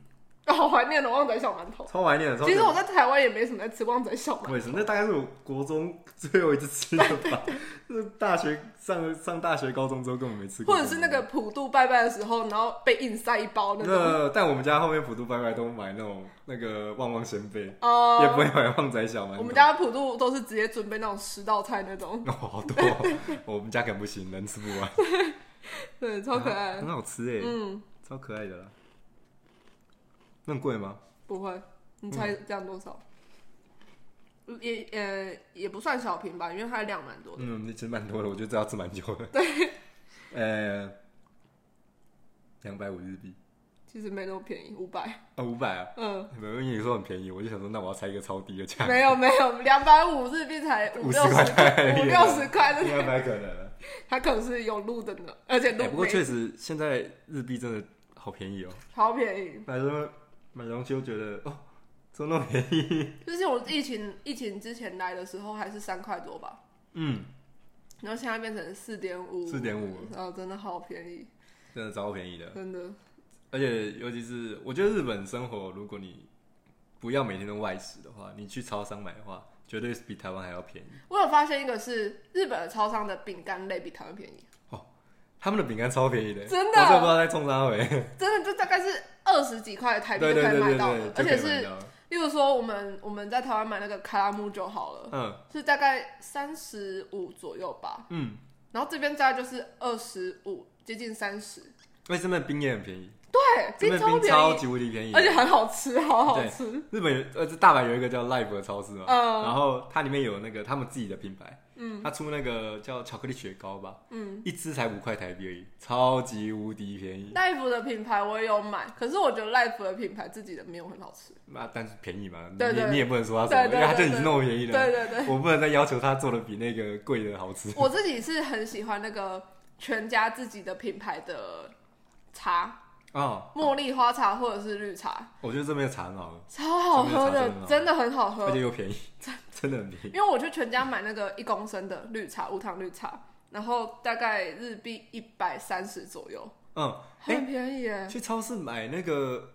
[SPEAKER 1] 好怀念的旺仔小馒头。
[SPEAKER 2] 超怀念的。超
[SPEAKER 1] 其实
[SPEAKER 2] 想
[SPEAKER 1] 我在台湾也没什么在吃旺仔小馒头，
[SPEAKER 2] 我也是，那大概是我国中最后一次吃的 吧。是 大学上上大学、高中之后根本没吃过。
[SPEAKER 1] 或者是那个普渡拜拜的时候，然后被硬塞一包那种，
[SPEAKER 2] 那，但我们家后面普渡拜拜都买那种那个旺旺仙贝，
[SPEAKER 1] 哦
[SPEAKER 2] 也不会买旺仔小馒头。
[SPEAKER 1] 我们家普渡都是直接准备那种十道菜那种，
[SPEAKER 2] 哦，好多哦，我们家可能不行，人吃不完。
[SPEAKER 1] 对，超可爱
[SPEAKER 2] 很。好吃哎，
[SPEAKER 1] 嗯，
[SPEAKER 2] 超可爱的啦。那很贵吗？
[SPEAKER 1] 不会，你猜这样多少？也呃也不算小瓶吧，因为它量蛮多的。
[SPEAKER 2] 嗯，你吃蛮多的，我觉得这要吃蛮久的。对， 呃，两百五日币
[SPEAKER 1] 其实没那么便宜，五百。
[SPEAKER 2] 啊，五百啊，
[SPEAKER 1] 嗯，
[SPEAKER 2] 没有，因为你说很便宜，我就想说，那我要猜一个超低的价格，
[SPEAKER 1] 没有没有，两百五日币才五六
[SPEAKER 2] 50块
[SPEAKER 1] 十块，
[SPEAKER 2] 太
[SPEAKER 1] 五
[SPEAKER 2] 厉
[SPEAKER 1] 六
[SPEAKER 2] 害
[SPEAKER 1] 十块的，
[SPEAKER 2] 应该不太可能 了。
[SPEAKER 1] 它可能是有路的呢，而且
[SPEAKER 2] 哎
[SPEAKER 1] 路
[SPEAKER 2] 不过
[SPEAKER 1] 没
[SPEAKER 2] 确实，现在日币真的好便宜哦，
[SPEAKER 1] 超便宜。
[SPEAKER 2] 买什么买东西都觉得哦，怎么那么便宜？
[SPEAKER 1] 就是我疫情疫情之前来的时候还是三块多吧，
[SPEAKER 2] 嗯，
[SPEAKER 1] 然后现在变成四点五，嗯
[SPEAKER 2] 4.5，
[SPEAKER 1] 然后真的好便宜，
[SPEAKER 2] 真的超便宜的。
[SPEAKER 1] 真的。
[SPEAKER 2] 而且尤其是我觉得日本生活，如果你不要每天都外食的话，你去超商买的话，绝对是比台湾还要便宜。
[SPEAKER 1] 我有发现一个是日本的超商的饼干类比台湾便宜，
[SPEAKER 2] 他们的饼干超便宜的，
[SPEAKER 1] 真的
[SPEAKER 2] 我真的不知道在冲啥回。
[SPEAKER 1] 真的就大概是二十几块台币
[SPEAKER 2] 对
[SPEAKER 1] 就
[SPEAKER 2] 对
[SPEAKER 1] 可
[SPEAKER 2] 对
[SPEAKER 1] 以买
[SPEAKER 2] 对
[SPEAKER 1] 到了
[SPEAKER 2] 对，，
[SPEAKER 1] 而
[SPEAKER 2] 就可
[SPEAKER 1] 且
[SPEAKER 2] 以买
[SPEAKER 1] 是
[SPEAKER 2] 到了。
[SPEAKER 1] 例如说我们我们在台湾买那个卡拉木就好了，
[SPEAKER 2] 嗯
[SPEAKER 1] 是大概三十五左右吧，
[SPEAKER 2] 嗯，
[SPEAKER 1] 然后这边大概就是二十五，接近三十，
[SPEAKER 2] 而且这边的冰也很便宜，
[SPEAKER 1] 对，
[SPEAKER 2] 这边的
[SPEAKER 1] 超
[SPEAKER 2] 冰
[SPEAKER 1] 便
[SPEAKER 2] 超
[SPEAKER 1] 宜，
[SPEAKER 2] 级无敌便宜
[SPEAKER 1] 而。且很好吃，好好
[SPEAKER 2] 对
[SPEAKER 1] 吃，
[SPEAKER 2] 日本有呃，这大阪有一个叫 Live 的超市嘛，
[SPEAKER 1] 嗯
[SPEAKER 2] 然后它里面有那个他们自己的品牌，嗯，它出那个叫巧克力雪糕吧，
[SPEAKER 1] 嗯。
[SPEAKER 2] 一支才五块台币而已，超级无敌便宜，
[SPEAKER 1] Life 的品牌我也有买，可是我觉得 Life 的品牌自己的没有很好吃。
[SPEAKER 2] 那、啊但是便宜嘛，
[SPEAKER 1] 对对
[SPEAKER 2] 你你也不能说它什么，
[SPEAKER 1] 对对
[SPEAKER 2] 因为它就
[SPEAKER 1] 对
[SPEAKER 2] 已经那么便宜
[SPEAKER 1] 对
[SPEAKER 2] 了，
[SPEAKER 1] 对对，
[SPEAKER 2] 我不能再要求它做的比那个贵的好吃。
[SPEAKER 1] 我自己是很喜欢那个全家自己的品牌的茶，
[SPEAKER 2] 哦，
[SPEAKER 1] 茉莉花茶或者是绿茶，
[SPEAKER 2] 我觉得这边的茶很好喝，
[SPEAKER 1] 超好喝
[SPEAKER 2] 这边的茶真的
[SPEAKER 1] 的，真的很
[SPEAKER 2] 很好
[SPEAKER 1] 好
[SPEAKER 2] 而
[SPEAKER 1] 喝
[SPEAKER 2] 且。又便宜，真的很便宜。
[SPEAKER 1] 因为我去全家买那个一公升的绿茶，无糖绿茶，然后大概日币一百三十左右，
[SPEAKER 2] 嗯，哎、
[SPEAKER 1] 很便宜 耶。
[SPEAKER 2] 去超市买那个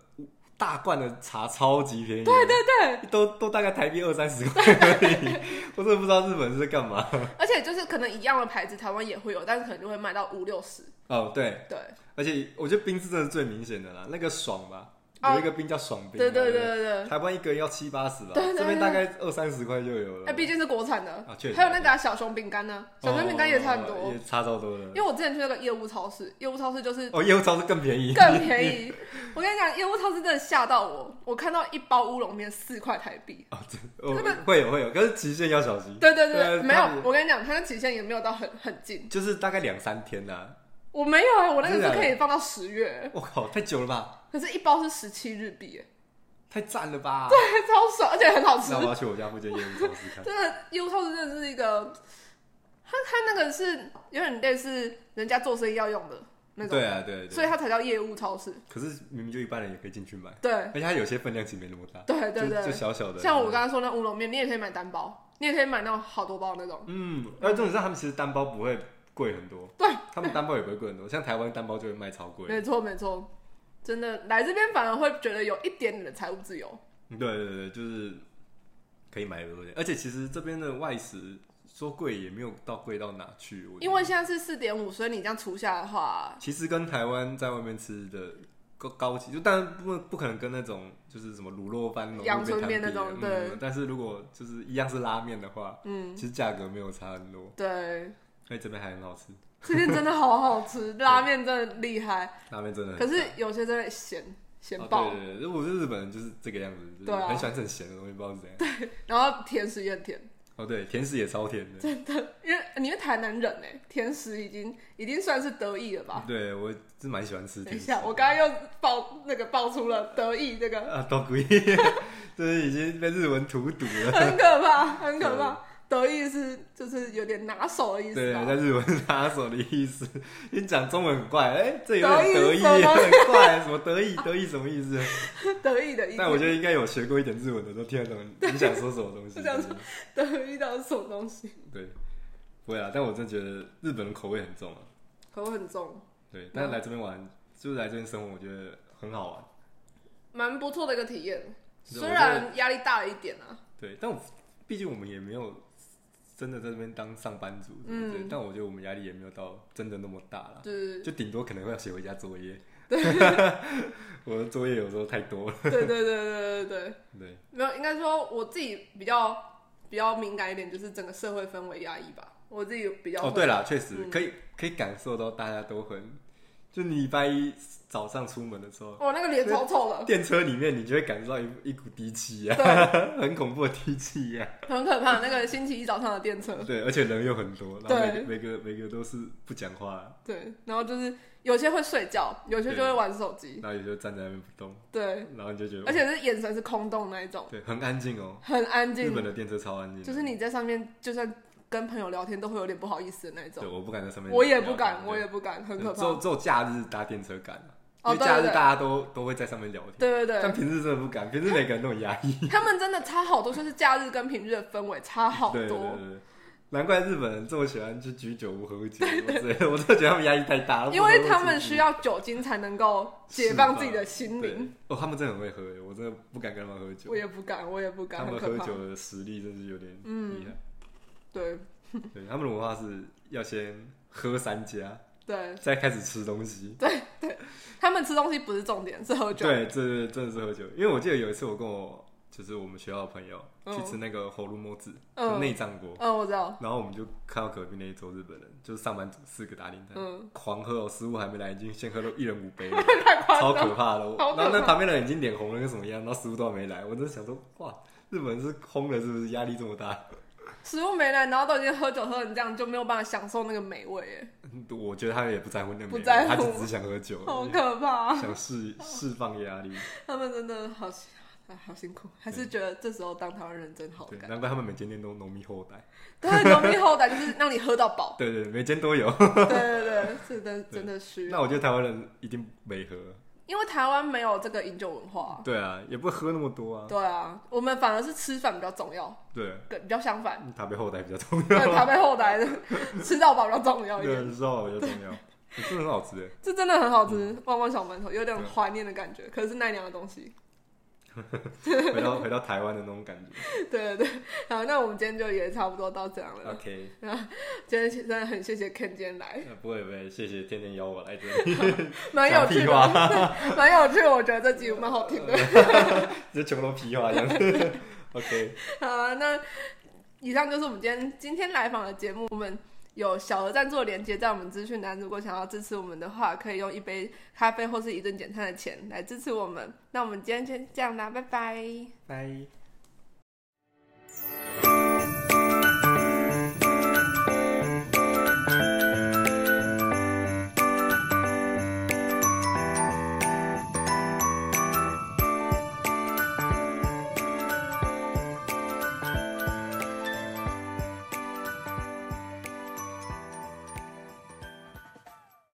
[SPEAKER 2] 大罐的茶超级便宜，
[SPEAKER 1] 对对对，
[SPEAKER 2] 都都大概台币二三十块而已。 我真的不知道日本是在干嘛。
[SPEAKER 1] 而且就是可能一样的牌子，台湾也会有，但是可能就会卖到五六十。
[SPEAKER 2] 哦，对，
[SPEAKER 1] 对，
[SPEAKER 2] 而且我觉得冰是真的最明显的啦，那个爽吧，
[SPEAKER 1] 哦
[SPEAKER 2] 有一个冰叫爽冰嘛，
[SPEAKER 1] 对
[SPEAKER 2] 对
[SPEAKER 1] 对
[SPEAKER 2] 不
[SPEAKER 1] 对对对。
[SPEAKER 2] 台湾一个人要七八十吧，
[SPEAKER 1] 对对对
[SPEAKER 2] 这边大概二三十块就有了。
[SPEAKER 1] 哎，毕竟是国产的，
[SPEAKER 2] 啊确实
[SPEAKER 1] 还有那个啊、小熊饼干呢，小熊饼干也差很多。
[SPEAKER 2] 哦也差超多
[SPEAKER 1] 因
[SPEAKER 2] 了。
[SPEAKER 1] 为我之前去那个业务超市，业务超市就是
[SPEAKER 2] 哦，业务超市更便宜，
[SPEAKER 1] 更便宜。我跟你讲，业务超市真的吓到我，我看到一包乌龙面四块台币。
[SPEAKER 2] 哦，真哦会有会有，可是期限要小心，
[SPEAKER 1] 对对
[SPEAKER 2] 呃
[SPEAKER 1] 对，没有
[SPEAKER 2] 它，
[SPEAKER 1] 我跟你讲，它的期限也没有到很很近。
[SPEAKER 2] 就是大概两三天啦。
[SPEAKER 1] 我没有啊，我那个
[SPEAKER 2] 真
[SPEAKER 1] 是
[SPEAKER 2] 的假的
[SPEAKER 1] 可以放到十月，
[SPEAKER 2] 我靠，太久了吧，
[SPEAKER 1] 可是一包是十七日币，哎，
[SPEAKER 2] 太赞了吧！对，
[SPEAKER 1] 超爽，而且很好吃
[SPEAKER 2] 那。我要去我家附近业务超市看。
[SPEAKER 1] 真的，业务超市真的是一个，它它那个是有点类似人家做生意要用的那种，
[SPEAKER 2] 对啊，对
[SPEAKER 1] 所
[SPEAKER 2] 对。
[SPEAKER 1] 以它才叫业务超市。
[SPEAKER 2] 可是明明就一般人也可以进去买，
[SPEAKER 1] 对
[SPEAKER 2] 而且它有些分量其实没那么大，
[SPEAKER 1] 对对
[SPEAKER 2] 就就
[SPEAKER 1] 对，
[SPEAKER 2] 小小的。
[SPEAKER 1] 像我刚才说那乌龙面，你也可以买单包，你也可以买那种好多包那种。
[SPEAKER 2] 嗯，而重点是他们其实单包不会贵很多，
[SPEAKER 1] 对，
[SPEAKER 2] 他们单包也不会贵很多，像台湾单包就会卖超贵。
[SPEAKER 1] 没错没错，真的来这边反而会觉得有一点点的财务自由。
[SPEAKER 2] 对对对，就是可以买很多东西，而且其实这边的外食说贵也没有到贵到哪去，我觉得
[SPEAKER 1] 因为现在是四点五，所以你这样除下来的话，
[SPEAKER 2] 其实跟台湾在外面吃的高高级，就当然不不可能跟那种就是什么卤肉饭、那种
[SPEAKER 1] 阳春
[SPEAKER 2] 路
[SPEAKER 1] 面那
[SPEAKER 2] 边摊比啊
[SPEAKER 1] 种对
[SPEAKER 2] 嗯，但是如果就是一样是拉面的话，
[SPEAKER 1] 嗯，
[SPEAKER 2] 其实价格没有差很多，
[SPEAKER 1] 对，
[SPEAKER 2] 而且这边还很好吃，
[SPEAKER 1] 这边真的好好吃，拉面真的厉害，
[SPEAKER 2] 拉面真的很
[SPEAKER 1] 可是
[SPEAKER 2] 赞
[SPEAKER 1] 有些真的咸咸
[SPEAKER 2] 哦
[SPEAKER 1] 爆，
[SPEAKER 2] 对对对，我是日本人，就是这个样子，就是
[SPEAKER 1] 对啊
[SPEAKER 2] 很喜欢吃很咸的东西，不知道是怎样。
[SPEAKER 1] 然后甜食也很甜，
[SPEAKER 2] 哦，对，甜食也超甜的。
[SPEAKER 1] 因为你是台南人哎，甜食已经已经算是得意了吧？
[SPEAKER 2] 对，我嗯是蛮喜欢吃
[SPEAKER 1] 等一
[SPEAKER 2] 甜食。
[SPEAKER 1] 下，我刚刚又爆那个爆出了得意这个，
[SPEAKER 2] 啊，都故意， 就是已经被日文荼毒了。
[SPEAKER 1] 很可怕，很可怕。得意是就是有点拿手 的意思啊
[SPEAKER 2] 对，
[SPEAKER 1] 吧？
[SPEAKER 2] 在日文是拉手的意思。你讲中文很怪，哎、这有点
[SPEAKER 1] 德
[SPEAKER 2] 得
[SPEAKER 1] 意
[SPEAKER 2] 意，
[SPEAKER 1] 是什么
[SPEAKER 2] 很怪，什么得意，得意什么 意思？
[SPEAKER 1] 得意的意思，
[SPEAKER 2] 但我觉得应该有学过一点日文的都听得懂你想说什么 东西。
[SPEAKER 1] 我想说得意到底是什么东西？
[SPEAKER 2] 对，不会啊，但我真的觉得日本的口味很重啊。
[SPEAKER 1] 口味很重，
[SPEAKER 2] 对，
[SPEAKER 1] 嗯
[SPEAKER 2] 但来这边玩，就是来这边生活，我觉得很好玩。
[SPEAKER 1] 蛮不错的一个体验。
[SPEAKER 2] 是
[SPEAKER 1] 虽
[SPEAKER 2] 我觉
[SPEAKER 1] 然压力大了一点啊，
[SPEAKER 2] 对，但我毕竟我们也没有真的在这边当上班族，对不对？
[SPEAKER 1] 嗯
[SPEAKER 2] 但我觉得我们压力也没有到真的那么大啦，
[SPEAKER 1] 就是
[SPEAKER 2] 就顶多可能会要写回家作 业。 我的作业有时候太多了。
[SPEAKER 1] 对对对对对对，
[SPEAKER 2] 对，
[SPEAKER 1] 没有，应该说我自己比较比较敏感一点，就是整个社会氛围压抑吧。我自己比较
[SPEAKER 2] 哦，对，啦，确实、
[SPEAKER 1] 嗯
[SPEAKER 2] 可以可以感受到大家都很，就你礼拜一早上出门的时候，
[SPEAKER 1] 我、那个脸超臭的，
[SPEAKER 2] 电车里面你就会感受到一一股低气压、很恐怖的低气压、
[SPEAKER 1] 很可怕。那个星期一早上的电车，
[SPEAKER 2] 对，而且人又很多，然后每
[SPEAKER 1] 对
[SPEAKER 2] 个每个每个都是不讲话，
[SPEAKER 1] 对，然后就是有些会睡觉，有些就会玩手机，
[SPEAKER 2] 然后也就站在那边不动，
[SPEAKER 1] 对，
[SPEAKER 2] 然后你就觉得，
[SPEAKER 1] 而且是眼神是空洞那一种，
[SPEAKER 2] 对，很安静 哦。
[SPEAKER 1] 很安
[SPEAKER 2] 日
[SPEAKER 1] 静
[SPEAKER 2] 本，的电车超安静的，
[SPEAKER 1] 就是你在上面就算跟朋友聊天都会有点不好意思的那一
[SPEAKER 2] 对，
[SPEAKER 1] 种。
[SPEAKER 2] 我不敢在上面聊
[SPEAKER 1] 我也
[SPEAKER 2] 天，
[SPEAKER 1] 不敢，
[SPEAKER 2] 对
[SPEAKER 1] 我也不敢，很可
[SPEAKER 2] 只有
[SPEAKER 1] 怕。
[SPEAKER 2] 只有假日搭电车敢啊，
[SPEAKER 1] 哦
[SPEAKER 2] 因为
[SPEAKER 1] 对
[SPEAKER 2] 假日
[SPEAKER 1] 对对
[SPEAKER 2] 大家都都会在上面聊天，
[SPEAKER 1] 对对
[SPEAKER 2] 但
[SPEAKER 1] 对，
[SPEAKER 2] 平时真的不敢，平时每个人都很压抑。
[SPEAKER 1] 他们真的差好多，就是假日跟平日的氛围差 好
[SPEAKER 2] 对对
[SPEAKER 1] 多。
[SPEAKER 2] 对对，难怪日本人这么喜欢去居酒屋喝酒，我真的我真的觉得他们压力太大了，
[SPEAKER 1] 因为他们需
[SPEAKER 2] 要
[SPEAKER 1] 要酒精才能够解放自己的心灵。
[SPEAKER 2] 哦，他们真的很会喝，我真的不敢跟他们喝酒
[SPEAKER 1] 我，也不敢，我也不
[SPEAKER 2] 他
[SPEAKER 1] 敢，很
[SPEAKER 2] 们
[SPEAKER 1] 可
[SPEAKER 2] 喝
[SPEAKER 1] 怕。嗯
[SPEAKER 2] 酒的实力真是有点厉害。
[SPEAKER 1] 对
[SPEAKER 2] 对，他们的文化是要先喝三家，
[SPEAKER 1] 对，
[SPEAKER 2] 再开始吃东西。
[SPEAKER 1] 他们吃东西不是重点，是喝酒。
[SPEAKER 2] 对，这真的是喝酒，因为我记得有一次我跟我就是我们学校的朋友
[SPEAKER 1] 嗯
[SPEAKER 2] 去吃那个喉咙摸子，
[SPEAKER 1] 嗯
[SPEAKER 2] 就内脏锅。
[SPEAKER 1] 嗯，我知道。
[SPEAKER 2] 然后我们就看到隔壁那一桌日本人，就是上班族四个打领带，
[SPEAKER 1] 嗯
[SPEAKER 2] 狂喝哦，食物还没来，已经先喝了一人五杯了，
[SPEAKER 1] 太 夸
[SPEAKER 2] 超
[SPEAKER 1] 张了，
[SPEAKER 2] 可怕的。我
[SPEAKER 1] 好可怕
[SPEAKER 2] 然后那旁边的人已经脸红了，跟什么一样，然后食物都还没来，我真的想说，哇，日本人是空了是不是？压力这么大？
[SPEAKER 1] 食物没来，然后都已经喝酒喝成这样，就没有办法享受那个美味，哎，
[SPEAKER 2] 我觉得他们也不在乎那个美
[SPEAKER 1] 不
[SPEAKER 2] 味，
[SPEAKER 1] 在乎
[SPEAKER 2] 他就只是想喝酒，
[SPEAKER 1] 好可怕。
[SPEAKER 2] 想释释放压力。
[SPEAKER 1] 他们真的好辛，啊好辛苦，还是觉得这时候当台湾人真好
[SPEAKER 2] 对，
[SPEAKER 1] 干。
[SPEAKER 2] 难怪他们每间店都浓密后代。。
[SPEAKER 1] 对，农民后代就是让你喝到饱
[SPEAKER 2] 对对，对每间都有。
[SPEAKER 1] 对对对，真的真的需
[SPEAKER 2] 那
[SPEAKER 1] 要，
[SPEAKER 2] 我觉得台湾人一定没喝，
[SPEAKER 1] 因为台湾没有这个饮酒文化。
[SPEAKER 2] 对啊，也不会喝那么多啊。
[SPEAKER 1] 对啊，我们反而是吃饭比较重要，
[SPEAKER 2] 对，
[SPEAKER 1] 跟比较相 反，
[SPEAKER 2] 台北后代比较重
[SPEAKER 1] 对，
[SPEAKER 2] 要，
[SPEAKER 1] 他被后来的吃到饱比较重要一
[SPEAKER 2] 对，
[SPEAKER 1] 点。
[SPEAKER 2] 知道比较重要。欸真的很好吃耶，
[SPEAKER 1] 这真的很好
[SPEAKER 2] 嗯
[SPEAKER 1] 吃，旺旺小馒头有点怀念的感觉，可是奈良的东西。
[SPEAKER 2] 回到回到台湾的那种感觉。
[SPEAKER 1] 对对对，好，那我们今天就也差不多到这样了。
[SPEAKER 2] OK，
[SPEAKER 1] 今天真的很谢谢 Ken 今天来，
[SPEAKER 2] 那不会不会，谢谢天天邀我来这里，
[SPEAKER 1] 蛮有
[SPEAKER 2] 讲
[SPEAKER 1] 趣
[SPEAKER 2] 屁
[SPEAKER 1] 的，
[SPEAKER 2] 话，
[SPEAKER 1] 蛮有趣的，我觉得这集蛮好听的。
[SPEAKER 2] 这全部都屁话一样。OK，
[SPEAKER 1] 好啊，那以上就是我们今天今天来访的节目。我们有小额赞助的连接在我们资讯栏，如果想要支持我们的话，可以用一杯咖啡或是一顿简餐的钱来支持我们。那我们今天先这样啦，拜拜。
[SPEAKER 2] 拜。